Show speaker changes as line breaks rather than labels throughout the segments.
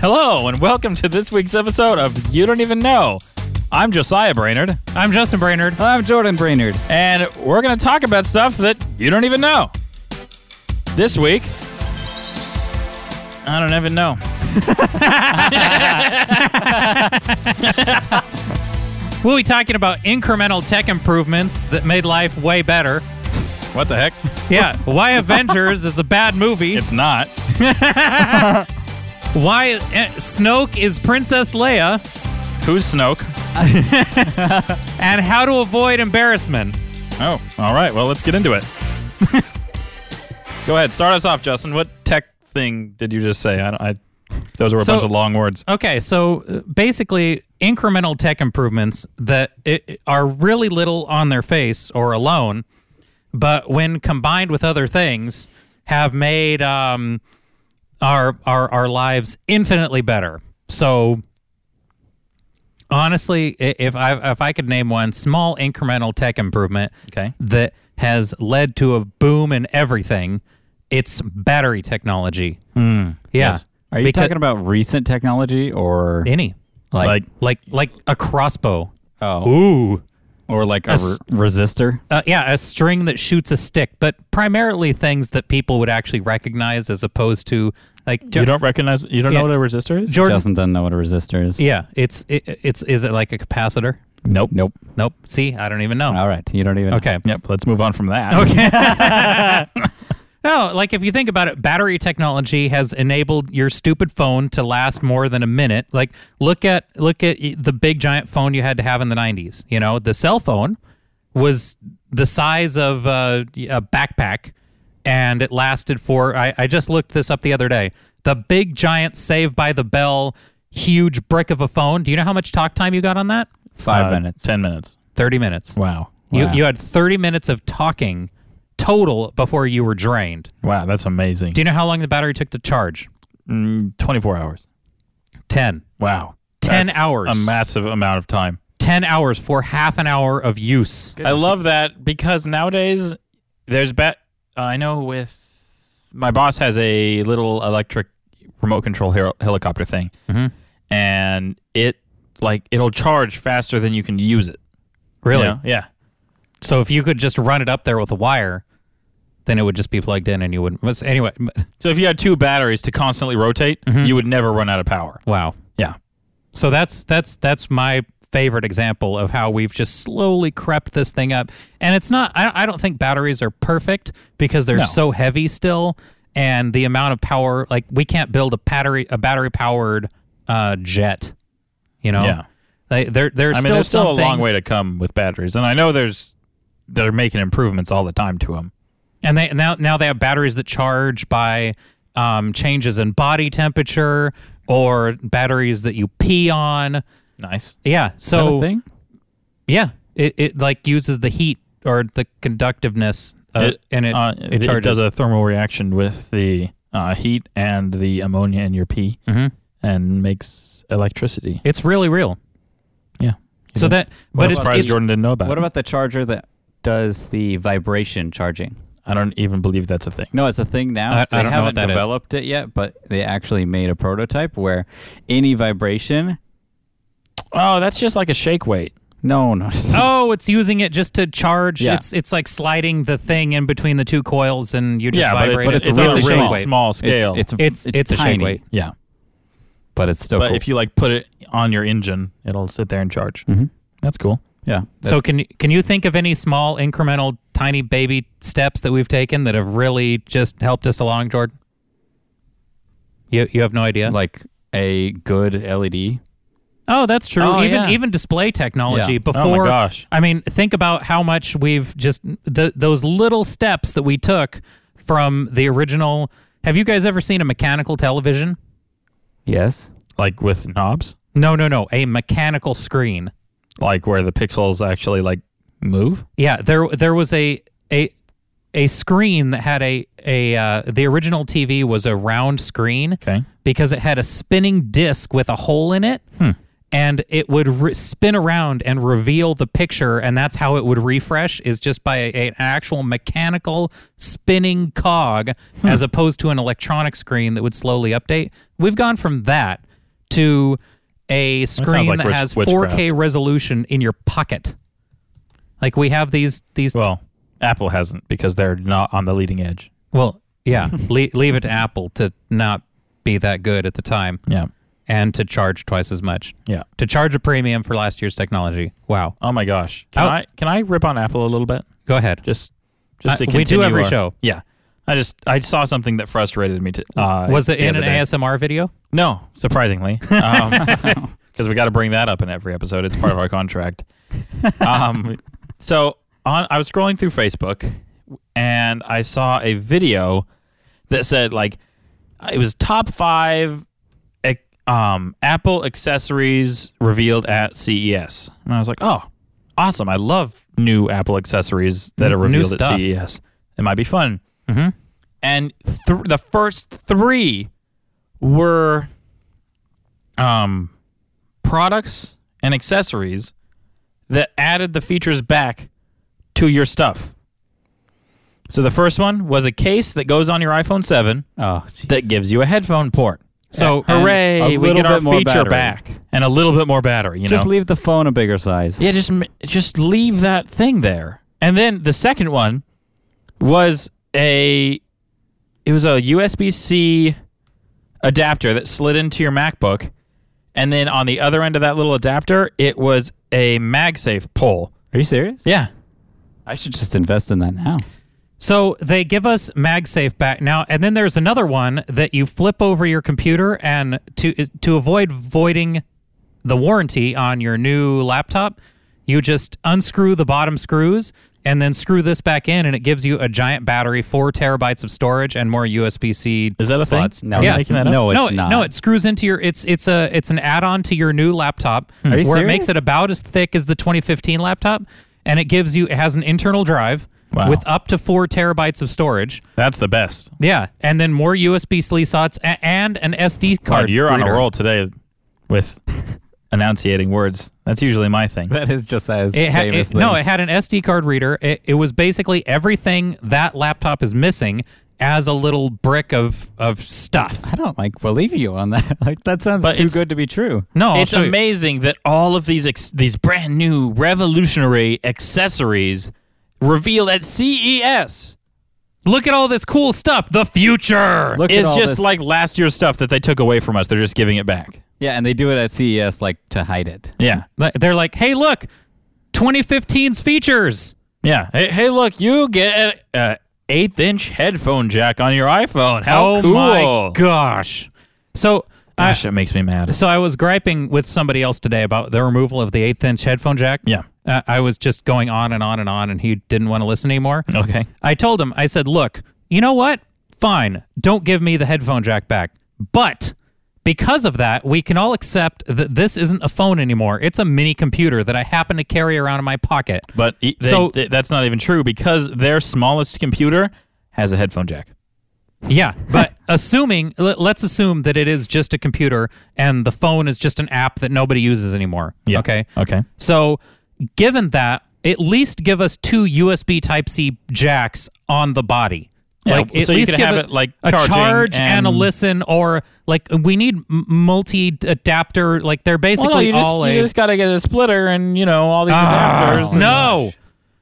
Hello, and welcome to this week's episode of You Don't Even Know. I'm Josiah Brainerd,
I'm Justin Brainerd.
I'm Jordan Brainerd.
and we're going to talk about stuff that you don't even know. This week, I don't even know.
We'll be talking about incremental tech improvements that made life way better.
What the heck?
Yeah, why Avengers is a bad movie.
It's not.
why eh, Snoke is Princess Leia,
Who's Snoke?
and how to avoid embarrassment.
Oh, all right. Well, let's get into it. Go ahead. Start us off, Justin. What tech thing did you just say? I, don't- I those were a
So-
bunch of long words.
Okay, so uh, basically, incremental tech improvements that i are really little on their face or alone, but when combined with other things, have made um, our our our lives infinitely better. So, honestly, i- if I if I could name one small incremental tech improvement
Okay.
that has led to a boom in everything, it's battery technology. yeah.
Hmm. yes.
Are you
Because-
talking about recent technology or
any?
like,
Like,
like like a crossbow.
oh
Ooh.
or like a
s-
re- resistor?
Uh, yeah, a string that shoots a stick, but primarily things that people would actually recognize as opposed to like Jo-
you don't recognize? You don't
Yeah.
know what a resistor is?
Jordan.
Justin doesn't know what a resistor is.
Yeah, it's it, it's is it like a capacitor?
Nope.
Nope.
Nope. See, I don't even know.
All right. You don't even.
Okay.
Yep. Let's move on from that.
Okay. no, like if you think about it, battery technology has enabled your stupid phone to last more than a minute. Like look at look at the big giant phone you had to have in the 90s, you know, the cell phone was the size of uh, a backpack and it lasted for I, I just looked this up the other day. The big giant save by the bell huge brick of a phone. Do you know how much talk time you got on that?
Five
Uh,
minutes.
Ten minutes.
30 minutes.
Wow.
You,
Wow.
you had 30 minutes of talking total before you were drained.
Wow. That's amazing.
Do you know how long the battery took to charge?
Mm, 24 hours.
10.
Wow.
10
That's
hours.
A massive amount of time.
10 hours for half an hour of use.
I love that because nowadays there's bet. uh, I know with my boss has a little electric remote control hel- helicopter thing,
Mhm.
and it like it'll charge faster than you can use it. you
Really?
know? Yeah.
So if you could just run it up there with a wire, then it would just be plugged in and you wouldn't. but Anyway,
So if you had two batteries to constantly rotate,
Mm-hmm.
you would never run out of power.
wow.
Yeah.
So that's that's that's my favorite example of how we've just slowly crept this thing up. And it's not I, I don't think batteries are perfect because they're
No.
so heavy still and the amount of power like we can't build a battery a battery powered uh jet, you know.
Yeah.
Like there there's
I mean,
still,
there's still
some
a long
things-
way to come with batteries, and I know there's they're making improvements all the time to them.
And they now now they have batteries that charge by um, changes in body temperature or batteries that you pee on.
Nice.
Yeah. So
Is that a thing?
Yeah, it, it like uses the heat or the conductiveness, uh,
It-
and it
Uh,
it charges.
does a thermal reaction with the uh, heat and the ammonia in your pee
Mhm.
and makes electricity.
it's really real.
Yeah.
So that, but
I'm
it's,
surprised
it's-
Jordan didn't know about.
What
it.
about the charger that does the vibration charging?
I don't even believe that's a thing.
No, it's a thing
I- I
now. they
don't know what
haven't
that is.
developed it yet, but they actually made a prototype where any vibration.
Oh, that's just like a shake weight.
No, no.
oh, it's using it just to charge.
Yeah.
It's it's like sliding the the thing in between the two coils, and you just vibrate.
but it's,
it.
it's,
really
on a really
shake weight.
small scale.
It's
It's-
it's,
it's a shake
tiny,
weight.
yeah,
but it's still
but
cool.
if you like put it on your engine, it'll sit there and charge.
Mhm.
That's cool.
yeah.
So can you- can you think of any small incremental, tiny baby steps that we've taken that have really just helped us along, Jordan? You you have no idea.
like a good E LED.
Oh, that's true.
Oh,
even
yeah.
even display technology
Yeah.
before.
Oh my gosh.
I mean, think about how much we've just the, those little steps that we took from the original. Have you guys ever seen a mechanical television?
Yes.
Like with knobs,
No, no, no. A mechanical screen.
like where the pixels actually like move.
Yeah, there there was a a a screen that had a a uh, the original TV was a round screen.
Okay.
because it had a spinning disc with a hole in it.
Hmm.
And it would re- spin around and reveal the picture, and that's how it would refresh is just by a, a- an actual mechanical spinning
Hmm.
cog as opposed to an electronic screen that would slowly update. We've gone from that to a screen
like
that,
witch-
has
witchcraft.
4K resolution in your pocket. Like we have these these
Well, Apple hasn't because they're not on the leading edge.
well yeah, le- leave it to Apple to not be that good at the time
Yeah.
and to charge twice as much.
Yeah.
To charge a premium for last year's technology. Wow.
Oh my gosh. Can
Oh.
I can I rip on Apple a little bit?
Go ahead.
Just just to
Uh, we do
continue
every
our-
show.
Yeah. I just I saw something that frustrated me. To, uh,
Was it
the
in
other
an
day.
ASMR video?
No, surprisingly, because we got to bring that up in every episode. It's part of our contract. Um, so on, I was scrolling through Facebook, and I saw a video that said like it was top five ac- um, Apple accessories revealed at CES, and I was like, oh, awesome! I love new Apple accessories that are
New
revealed
stuff.
at CES. It might be fun.
Mhm.
And th- the first three were um, products and accessories that added the features back to your stuff. So the first one was a case that goes on your iPhone 7
Oh, gee.
that gives you a headphone port.
So
And a
Hooray, we
little
get our
bit more
feature
battery.
back and a little bit more battery, you
just
know.
leave the phone a bigger size.
yeah, just m- just leave that thing there. And then the second one was a it was a USB-C adapter that slid into your MacBook and then on the other end of that little adapter, it was a MagSafe pull.
Are you serious?
Yeah.
I should just invest in that now.
So they give us MagSafe back now, and then there's another one that you flip over your computer, and to to avoid voiding the warranty on your new laptop, you just unscrew the bottom screws and then screw this back in, and it gives you a giant battery, four terabytes of storage, and more USB C.
Is that a thing?
slots.
No,
yeah.
you're making that up? No, it's
no,
not.
No, it screws into your. It's it's a it's an add-on to your new laptop
Hmm.
where
you
it makes
serious?
it about as thick as the 2015 laptop, and it gives you it has an internal drive
Wow.
with up to four terabytes of storage.
That's the best.
Yeah, and then more USB C slots a- and an SD card.
God, you're on a
reader.
roll today with enunciating words. That's usually my thing.
That is just as
It had, it, no, it had an SD card reader. It, it was basically everything that laptop is missing as a little brick of of stuff.
I don't like believe you on that. Like that sounds
But
too
it's-
good to be true.
No, I'll
it's
show you.
amazing that all of these ex- these brand new revolutionary accessories revealed at E CES
Look at all this cool stuff. The future.
Look
is
at all
just
this-
like last year's stuff that they took away from us. They're just giving it back.
yeah, and they do it at CES like to hide it.
Yeah.
Like, They're like, hey, look, 2015's features.
Yeah. Hey, hey look, you get an eighth inch headphone jack on your iPhone. How
oh
cool.
my gosh! So, I,
Gosh, it makes me mad.
so I was griping with somebody else today about the removal of the eighth-inch headphone jack.
Yeah.
uh, I was just going on and on and on, and he didn't want to listen anymore.
Okay.
I told him, I said, look, you know what? Fine. Don't give me the headphone jack back. But because of that, we can all accept that this isn't a phone anymore. It's a mini computer that I happen to carry around in my pocket.
But e- they,
So-
th- that's not even true because their smallest computer has a headphone jack.
Yeah, but assuming, let, let's assume that it is just a computer and the phone is just an app that nobody uses anymore.
Yeah.
Okay.
Okay.
So, given that, at least give us two USB Type C jacks on the body.
Yeah,
like, at
so you
least
could
give
have
it
it, like,
a
charging
charge and, a
and-
listen, or like we need multi adapter. Like they're basically
Well, no, you just,
all
you
a.
just gotta get a splitter and you know all these adapters. and-
Ah, no.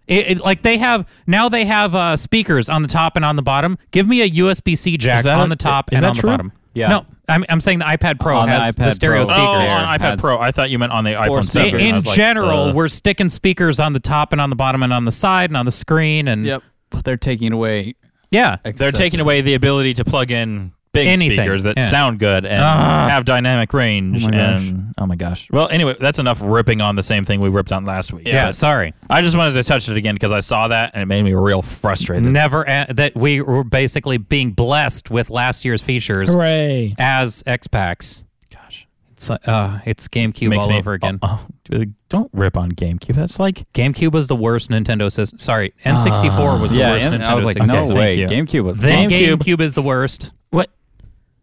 It, it- like they have now they have uh, speakers on the top and on the bottom. Give me a USB C jack
Is that
on
a-
the top
is
and
that
on the
true?
bottom.
Yeah.
No, I'm, I'm saying the iPad Pro
On the
has the,
iPad
stereo
Pro.
speakers.
Oh, on
Has-
iPad Pro. I thought you meant on the iPhone
I-
seven.
speakers.
I
in
was like,
general,
uh,
we're sticking speakers on the top and on the bottom and on the side and on the screen and
But they're taking away.
yeah.
they're taking away the ability to plug in big
Anything,
speakers that
yeah.
sound good and
Ah.
have dynamic range.
Oh my gosh.
and oh my gosh. Well, anyway, that's enough ripping on the same thing we ripped on last week.
Yeah,
But
sorry.
I just wanted to touch it again because I saw that and it made me real frustrated.
Never a- that we were basically being blessed with last year's features
Hooray!
as X packs.
Gosh,
It's like, uh, it's GameCube all over again.
Oh, oh, don't rip on GameCube. That's like
GameCube was the worst Nintendo system. Sorry, N64 was the
Yeah,
worst
and
Nintendo
I was like,
system.
no
thank
way.
you.
GameCube was
Then
awesome.
GameCube-
GameCube. is the worst.
what?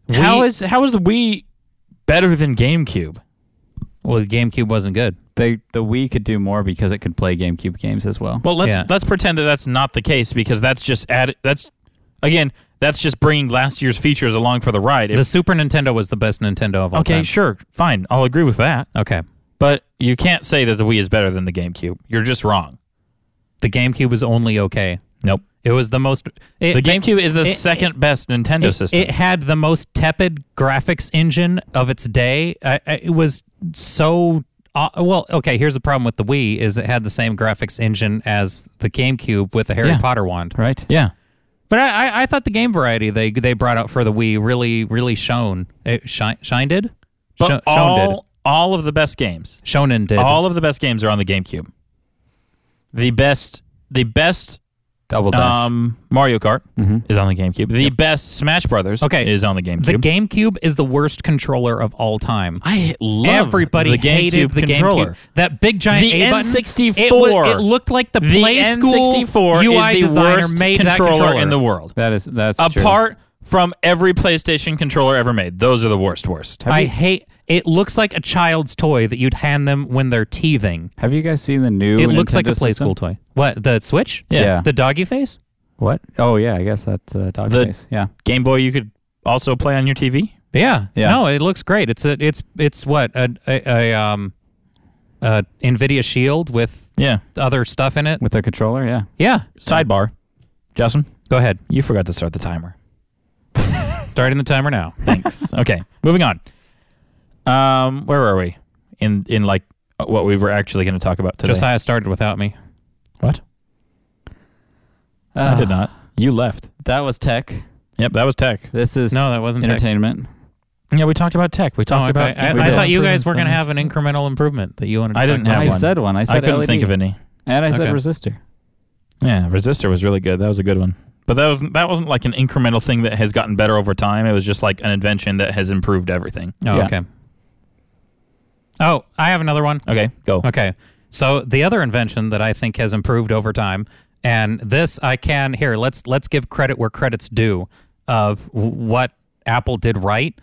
how is how is the Wii better than GameCube?
Well, GameCube wasn't good.
they the Wii could do more because it could play GameCube games as well.
Well, let's
Yeah.
let's pretend that that's not the case because that's just add that's again That's just bringing last year's features along for the ride. If-
The Super Nintendo was the best Nintendo of all
okay,
time.
sure, fine. I'll agree with that.
Okay.
But you can't say that the Wii is better than the GameCube. You're just wrong.
The GameCube was only okay.
Nope.
It was the most. It,
The GameCube is the
it-
second best Nintendo
it,
system.
it had the most tepid graphics engine of its day. I, I, it was so. Uh, well, okay. Here's the problem with the Wii: is it had the same graphics engine as the GameCube with the Harry
Yeah.
Potter wand.
right?
yeah.
But I, I, I thought the game variety they they brought out for the Wii really really shone. It shine shine did.
But
Sho- shone did.
all, all of the best games,
Shonen did.
all of the best games are on the GameCube. The best, the best
Double dash.
um, Mario Kart is on the GameCube. The best Smash Brothers
Mm-hmm. Okay.
is on the GameCube.
the GameCube is the worst controller of all time.
I love
Everybody
the
hated
GameCube
the
controller.
GameCube. That big giant
The
A button. It,
N64.
was, it looked like the,
The
Play School
N64
UI
is the
designer
worst
made that
controller,
controller
in the world.
that is that's true.
Apart from every PlayStation controller ever made, those are the worst. Worst.
I hate. It looks like a child's toy that you'd hand them when they're teething.
Have you guys seen the new?
It looks like a
Nintendo
Play
system?
School toy. What the Switch?
Yeah.
Yeah.
The doggy face.
What? Oh yeah, I guess that's uh, dog
The-
face. Yeah.
Game Boy, you could also play on your TV.
Yeah.
Yeah.
No, it looks great. It's a, it's it's what a, a, a um a Nvidia Shield with
Yeah.
other stuff in it.
With a controller, yeah.
Yeah.
Sidebar. Justin,
Go ahead.
you forgot to start the timer.
Starting the timer now.
Thanks. okay, moving on. Um, where were we? In in like uh, what we were actually going to talk about today?
Josiah started without me.
what? I did
Uh,
not. You left.
Uh, That was tech.
Yep, that was tech.
This is
No, that wasn't tech.
entertainment.
Yeah, we talked about tech. We
Oh,
talked
okay.
about.
I,
we
I
did.
thought you guys
Improvements
were going to
on-
have an incremental improvement that you wanted. To
I
talk
didn't
about.
have
I
one.
said one. I said
I couldn't
LED.
think of any.
And I said
Okay.
resistor.
Yeah, resistor was really good. That was a good one. But that wasn't that wasn't like an incremental thing that has gotten better over time. It was just like an invention that has improved everything.
Oh,
Yeah.
okay. Oh, I have another one.
Okay, go.
Okay. So the other invention that I think has improved over time, and this I can here. Let's let's give credit where credits due. Of w- what Apple did right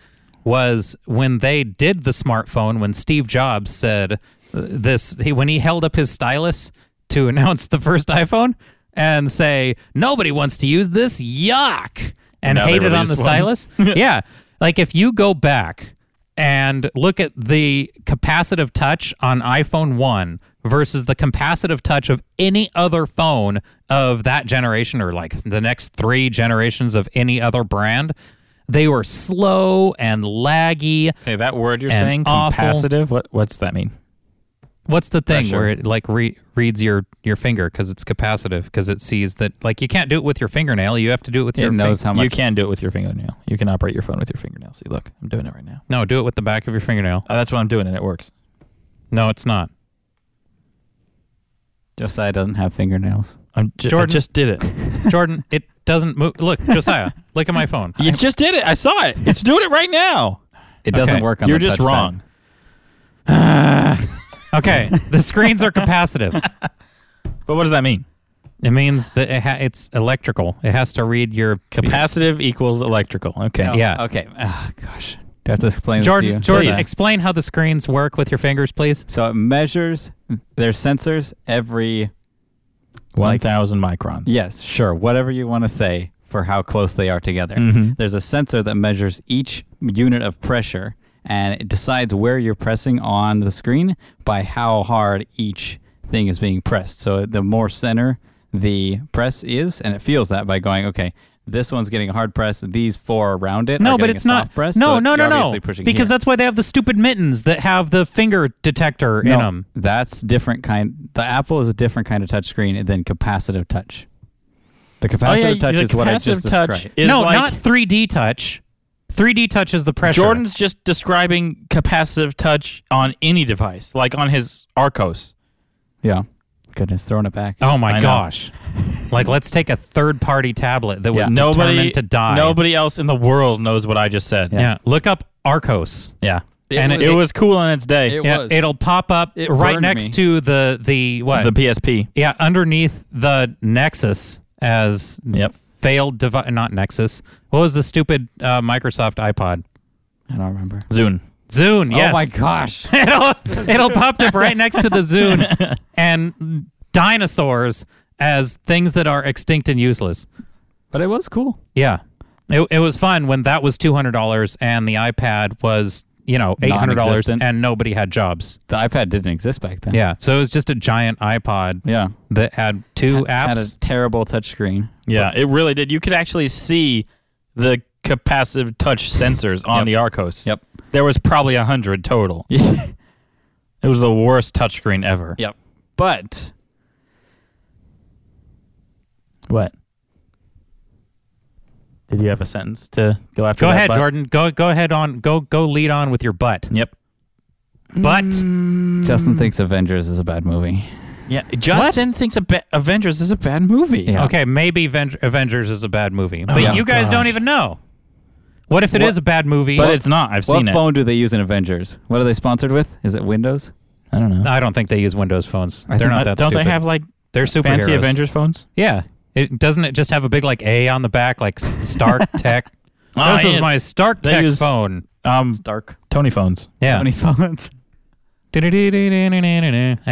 was when they did the smartphone. When Steve Jobs said uh, this, he, when he held up his stylus to announce the first iPhone and say, "Nobody wants to use this, yuck," and
Now they
hated on the
released one.
stylus. yeah, like if you go back and look at the capacitive touch on iPhone 1 versus the capacitive touch of any other phone of that generation or like the next three generations of any other brand, they were slow and laggy.
Okay, that word you're
And
saying,
awful.
capacitive. What what's that mean?
What's the thing
Pressure.
where it like re- reads your your finger because it's capacitive because it sees that like you can't do it with your fingernail, you have to do it with your
It knows how much.
You can do it with your fingernail. You can operate your phone with your fingernail. See, look, I'm doing it right now.
No, do it with the back of your fingernail.
Oh, that's what I'm doing, and it works.
No, it's not.
Josiah doesn't have fingernails.
I'm ju-
Jordan.
I just did it.
Jordan, it doesn't move. Look, Josiah, look at my phone.
you just did it. I saw it. It's doing it right now.
It doesn't
Okay,
work on
You're
the
just
touchpad.
wrong.
Okay, the screens are capacitive.
But what does that mean?
It means that it ha- it's electrical. It has to read your
Capacitive equals electrical. Okay.
Yeah.
Okay. Oh, gosh. Do I have to explain
Jordan,
this to you?
Jordan,
Please.
explain how the screens work with your fingers, please.
So it measures their sensors every
One thousand microns.
Yes, sure. Whatever you want to say for how close they are together.
Mm-hmm.
Mhm.
There's a sensor that measures each unit of pressure and it decides where you're pressing on the screen by how hard each thing is being pressed. So the more center the press is, and it feels that by going, okay, this one's getting a hard press, these four around it.
No,
are
but
getting
it's
a
not.
Soft press,
no,
so
no,
you're
no, no.
obviously pushing
Because
here.
that's why they have the stupid mittens that have the finger detector in them.
That's different kind. The Apple is a different kind of touchscreen than capacitive touch.
Oh,
The capacitive touch
Oh, the
is what I just
capacitive touch
described.
is
no,
like-
not 3D touch. 3D touch is the pressure.
Jordan's just describing capacitive touch on any device, like on his Arcos.
Yeah. Goodness, throwing it back.
Oh
I
my
know.
gosh! like, let's take a third-party tablet that was
Yeah.
Nobody
determined to die.
Nobody else in the world knows what I just said.
Yeah. Look up Arcos.
Yeah.
It
and
And it, it was cool in its day.
It
yeah,
was.
it'll pop up
It
right
burned
next
me.
to the the what?
the PSP.
yeah, underneath the Nexus as
Yep.
failed device. Not Nexus. What was the stupid uh, Microsoft iPod?
I don't remember.
Zune.
Zune. Yes.
Oh my gosh.
it'll it'll pop up right next to the Zune and dinosaurs as things that are extinct and useless.
but it was cool.
Yeah. It, it was fun when that was two hundred dollars and the iPad was you know eight hundred dollars
Non-existent.
and nobody had jobs.
The iPad didn't exist back then.
Yeah, so it was just a giant iPod
Yeah.
that had two
Had
apps.
a terrible touchscreen.
Yeah, it really did. You could actually see the capacitive touch sensors on the Arcos.
Yep.
There was probably a hundred total. It was the worst touchscreen ever.
yep. But
What? Did you have a sentence to go after?
go
that
ahead,
button?
Jordan. Go go ahead on. Go go lead on with your butt.
Yep.
But
Justin thinks Avengers is a bad movie.
Yeah. Justin thinks Ab- Avengers is a bad movie.
Yeah.
okay, maybe Ven- Avengers is a bad movie, but
yeah.
you guys
Gosh.
don't even know. What if it is
What-
a bad movie?
But it's not. I've
What
seen
phone do they use in Avengers? What are they sponsored with? Is it Windows?
it. I don't know.
I don't think they use Windows phones. They're
think-
not that
don't
stupid.
they have like
They're superheroes.
fancy Avengers phones?
Yeah. It doesn't it just have a big like A on the back like S- Stark Tech.
Ah,
this
yes.
is my Stark
They
Tech
use-
phone.
Um,
Dark.
Tony phones.
Yeah.
Sony phones.
And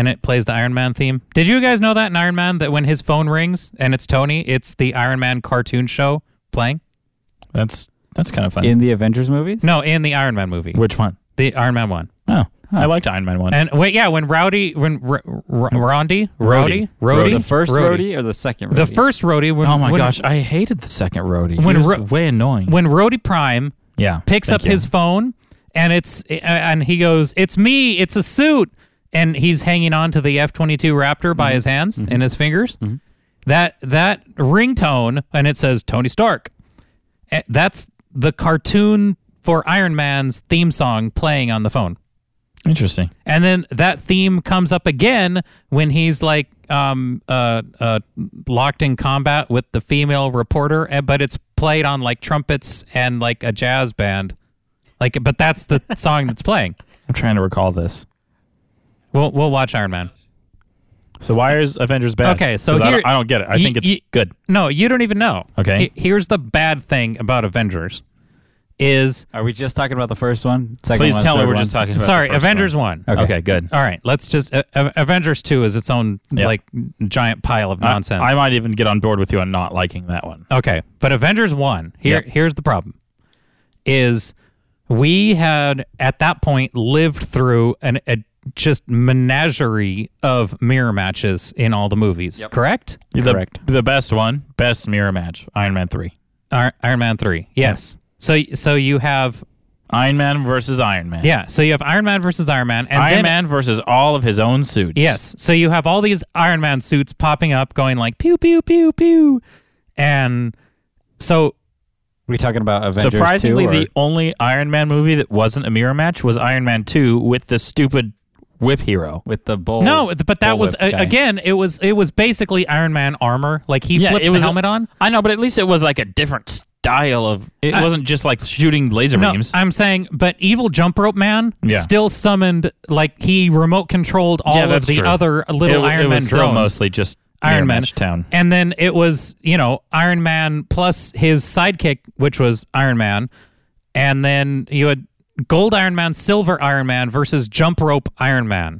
it plays the Iron Man theme. Did you guys know that in Iron Man that when his phone rings and it's Tony, it's the Iron Man cartoon show playing?
That's that's kind of funny.
In the Avengers movies?
No, in the Iron Man movie.
Which one?
The Iron Man one.
Oh, I liked Iron Man one.
And wait, yeah, when Rowdy, when R- R-
Rhodey.
Rondi, Rowdy,
Rhodey.
Rowdy,
The first Rhodey, or the second Rhodey?
the first Rowdy. When,
oh my
when-
gosh, I hated the second roadie. When
When
he was
Ro-
way annoying.
when Rowdy Prime
yeah,
picks
thank
up
you.
his phone and it's and he goes, "It's me, it's a suit." And he's hanging on to the F-22 Raptor
Mm-hmm.
by his hands and his fingers. That that ringtone and it says Tony Stark. Eh, That's the cartoon for Iron Man's theme song playing on the phone.
Interesting.
And then that theme comes up again when he's like um, uh, uh, locked in combat with the female reporter, eh, but it's played on like trumpets and like a jazz band. Like, but that's the song that's playing.
I'm trying to recall this.
We'll we'll watch Iron Man.
So why is Avengers bad?
Okay, so
'Cause I,
here-
don't, I don't get it. I
Ye-
think it's
ye-
good.
No, you don't even know.
Okay.
He- here's the bad thing about Avengers, is
Are we just talking about the first one? Second
Please
one,
tell me
third
we're
one?
just talking about.
sorry,
the first
Avengers
one.
one.
Okay. good.
All right, let's just uh, A- Avengers two is its own
Yeah.
like giant pile of
I-
nonsense.
I, might even get on board with you on not liking that one.
Okay, but Avengers one. Here,
Yep.
here's the problem: is we had at that point lived through an a just menagerie of mirror matches in all the movies. Correct?
The-
Correct.
The, best one, best mirror match, Iron Man three.
Iron, Iron Man three. Yes. So so you have
Iron Man versus Iron Man.
yeah. So you have Iron Man versus Iron Man, and
Iron
then,
Man versus all of his own suits.
Yes. So you have all these Iron Man suits popping up, going like pew pew pew pew, and so
We talking about Avengers
Surprisingly,
2 or-
the only Iron Man movie that wasn't a mirror match was Iron Man 2 with the stupid whip hero.
with the bull.
Oh,
No, th- but that was
bullwhip
a,
guy.
again. It was it was basically Iron Man armor. Like he
Yeah,
flipped
it was
the helmet on.
I know, but at least it was like a different style of. It
I-
wasn't just like shooting laser
No,
beams.
I'm saying, but evil jump rope man
Yeah.
still summoned. Like he remote controlled all
Yeah,
of
that's
the
true.
other little
it,
Iron
it
Man
was still
drones.
mostly just mirror
Iron Man
match town.
and then it was you know Iron Man plus his sidekick, which was Iron Man, and then you had Gold Iron Man, Silver Iron Man versus Jump Rope Iron Man.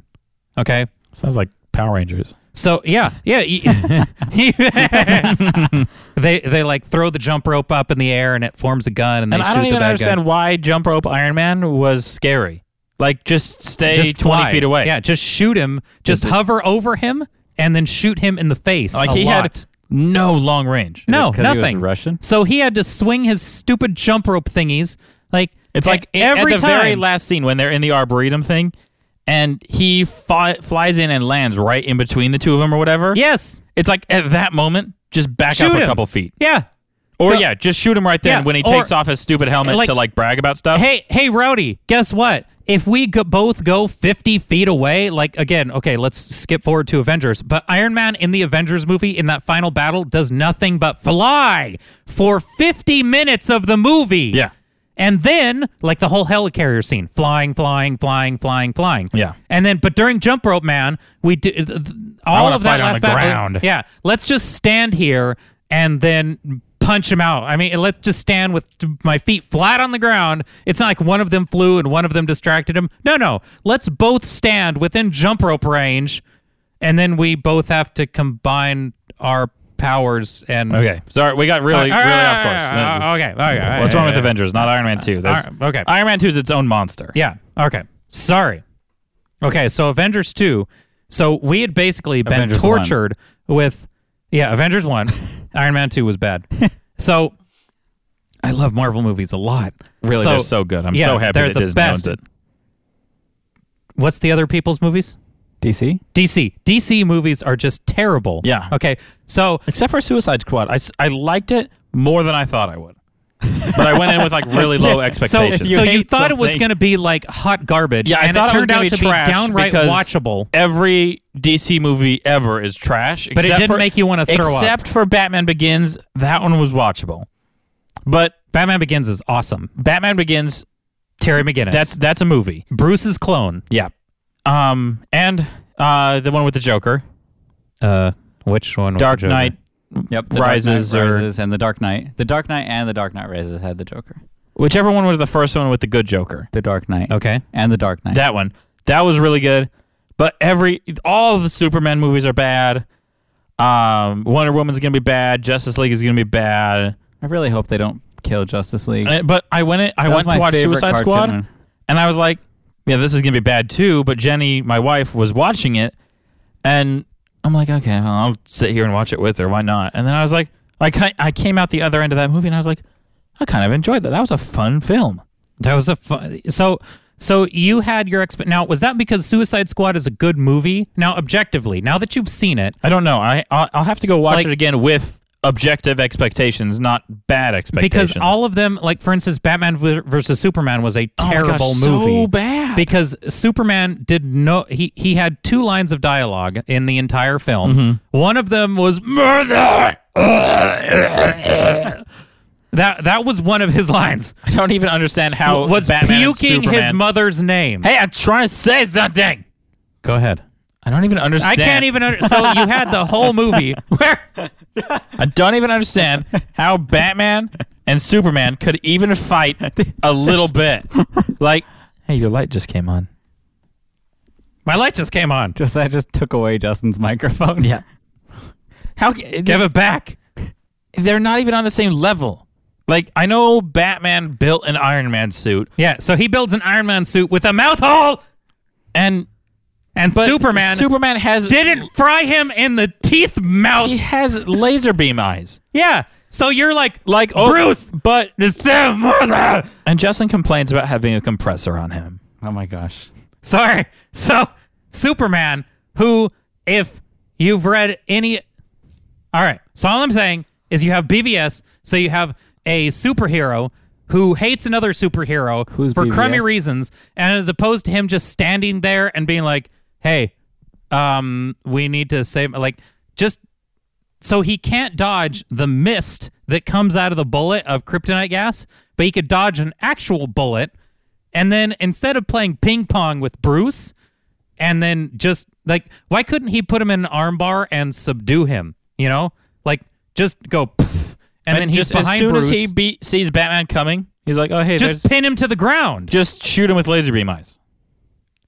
Okay,
Sounds like Power Rangers.
So yeah, yeah. y- they they like throw the jump rope up in the air and it forms a gun and they
And I
shoot
don't
the
even
bad
understand
guy.
why jump rope Iron Man was scary. Like just stay
Just
20
fly.
feet away.
Yeah, just shoot him. Just hover over him and then shoot him in the face.
like
a
he
lot.
had no long range.
no
'Cause he was
oh, nothing.
Russian?
So he had to swing his stupid jump rope thingies. Like
It's like
e-
every
every
at the
time.
very last scene when they're in the arboretum thing, and he fi- flies in and lands right in between the two of them or whatever.
yes.
it's like at that moment, just back
Shoot
up a
him.
couple feet,
Yeah.
or
Go-
yeah, just shoot him right then
Yeah,
when he
or-
takes off his stupid helmet
like-
to like brag about stuff.
Hey, hey, Rowdy, guess what? If we go, both go 50 feet away, like again, okay, let's skip forward to Avengers. But Iron Man in the Avengers movie in that final battle does nothing but fly for 50 minutes of the movie.
Yeah.
And then, like the whole helicarrier scene, flying, flying, flying, flying, flying.
Yeah.
And then, but during Jump Rope Man, we do th- th- all
wanna
of that
fight on
last
the
battle.
ground.
Yeah, let's just stand here and then punch him out. I mean, let's just stand with my feet flat on the ground. It's not like one of them flew and one of them distracted him. No, no. Let's both stand within jump rope range, and then we both have to combine our powers and
Okay. Sorry, we got really, really
All right,
off course.
all right, all right, okay, okay, all right,
What's wrong with
yeah, yeah.
Avengers? Not Iron Man 2. There's-
All right, okay.
Iron Man 2 is its own monster.
Yeah. Okay. Sorry. Okay. So Avengers 2. So we had basically been
Avengers 1.
tortured with, yeah, Avengers 1. Iron Man 2 was bad. So I love Marvel movies a lot.
Really, they're so good. I'm
yeah,
so happy
they're
that
the
Disney
best.
owns it.
What's the other people's movies?
DC?
DC. DC movies are just terrible.
Yeah.
Okay. So
Except for Suicide Squad. I, s- I liked it more than I thought I would. but I went in with like really low
so,
expectations.
so you
hate
thought it was
something-
going to be like hot garbage.
yeah, I
and
thought
it
was
turned
gonna be
out to
trash
be downright
because
watchable.
Every DC movie ever is trash,
it
except
didn't
for-
make you wanna throw up.
Except for Batman Begins, that one was watchable. But
Batman Begins is awesome.
Batman Begins,
Terry McGinnis.
that's that's a movie.
Bruce's clone.
Yeah. Um, and uh, the one with the Joker,
Uh, which one? was
Dark
the Joker?
Knight.
Yep. The
Rises
Dark Knight
or-
Rises and The Dark Knight. The Dark Knight and The Dark Knight Rises had the Joker.
Whichever one was the first one with the good Joker.
The Dark Knight.
Okay.
And The Dark Knight.
That one. That was really good. But every all of the Superman movies are bad. Um, Wonder Woman's gonna be bad. Justice League is gonna be bad.
I really hope they don't kill Justice League.
And- But I went in, I
That was
went to
my
watch
favorite
Suicide
cartoon
Squad,
one.
and I was like, "Yeah, this is gonna be bad too." But Jenny, my wife, was watching it, and I'm like, "Okay, well, I'll sit here and watch it with her. Why not?" And then I was like, I ki- I came out the other end of that movie, and I was like, "I kind of enjoyed that. That was a fun film."
That was a fun. So, so you had your exp. Now, was that because Suicide Squad is a good movie? Now, objectively, now that you've seen it,
I don't know. I I'll, I'll have to go watch
Like-
it again with objective expectations, not bad expectations.
because all of them, like for instance, Batman v- versus Superman was a
Oh my gosh,
terrible movie.
so bad.
because Superman did no. He he had two lines of dialogue in the entire film.
Mm-hmm.
One of them was murder. that that was one of his lines.
I don't even understand how
was
Oh, Batman and
puking his
Superman-
mother's name.
Hey, I'm trying to say something.
go ahead.
I don't even
I
understand.
can't even. Under- so you had the whole movie where
I don't even understand how Batman and Superman could even fight a little bit. Like, hey, your light just came on.
my light just came on.
Just I just took away Justin's microphone.
Yeah. How ca-
Give it back.
they're not even on the same level? Like, I know Batman built an Iron Man suit,
Yeah. So he builds an Iron Man suit with a mouth hole,
and
and
but
Superman
Superman has
didn't fry him in the teeth mouth.
he has laser beam eyes.
Yeah. So you're like,
Like oh,
Bruce!
but
it's the mother.
and Justin complains about having a compressor on him.
Oh my gosh.
Sorry. So Superman, who, if you've read any, all right. So all I'm saying is you have BVS. So you have a superhero who hates another superhero
Who's
for
BVS?
crummy reasons, and as opposed to him just standing there and being like, "Hey, um, we need to save," like just so he can't dodge the mist that comes out of the bullet of kryptonite gas, but he could dodge an actual bullet. And then instead of playing ping pong with Bruce, and then just like, why couldn't he put him in an armbar and subdue him? You know, like just go, pff, and, then he's
just
behind
as soon
Bruce.
as he be- sees Batman coming, he's like, "Oh hey, there's-
just pin him to the ground,
just shoot him with laser beam eyes."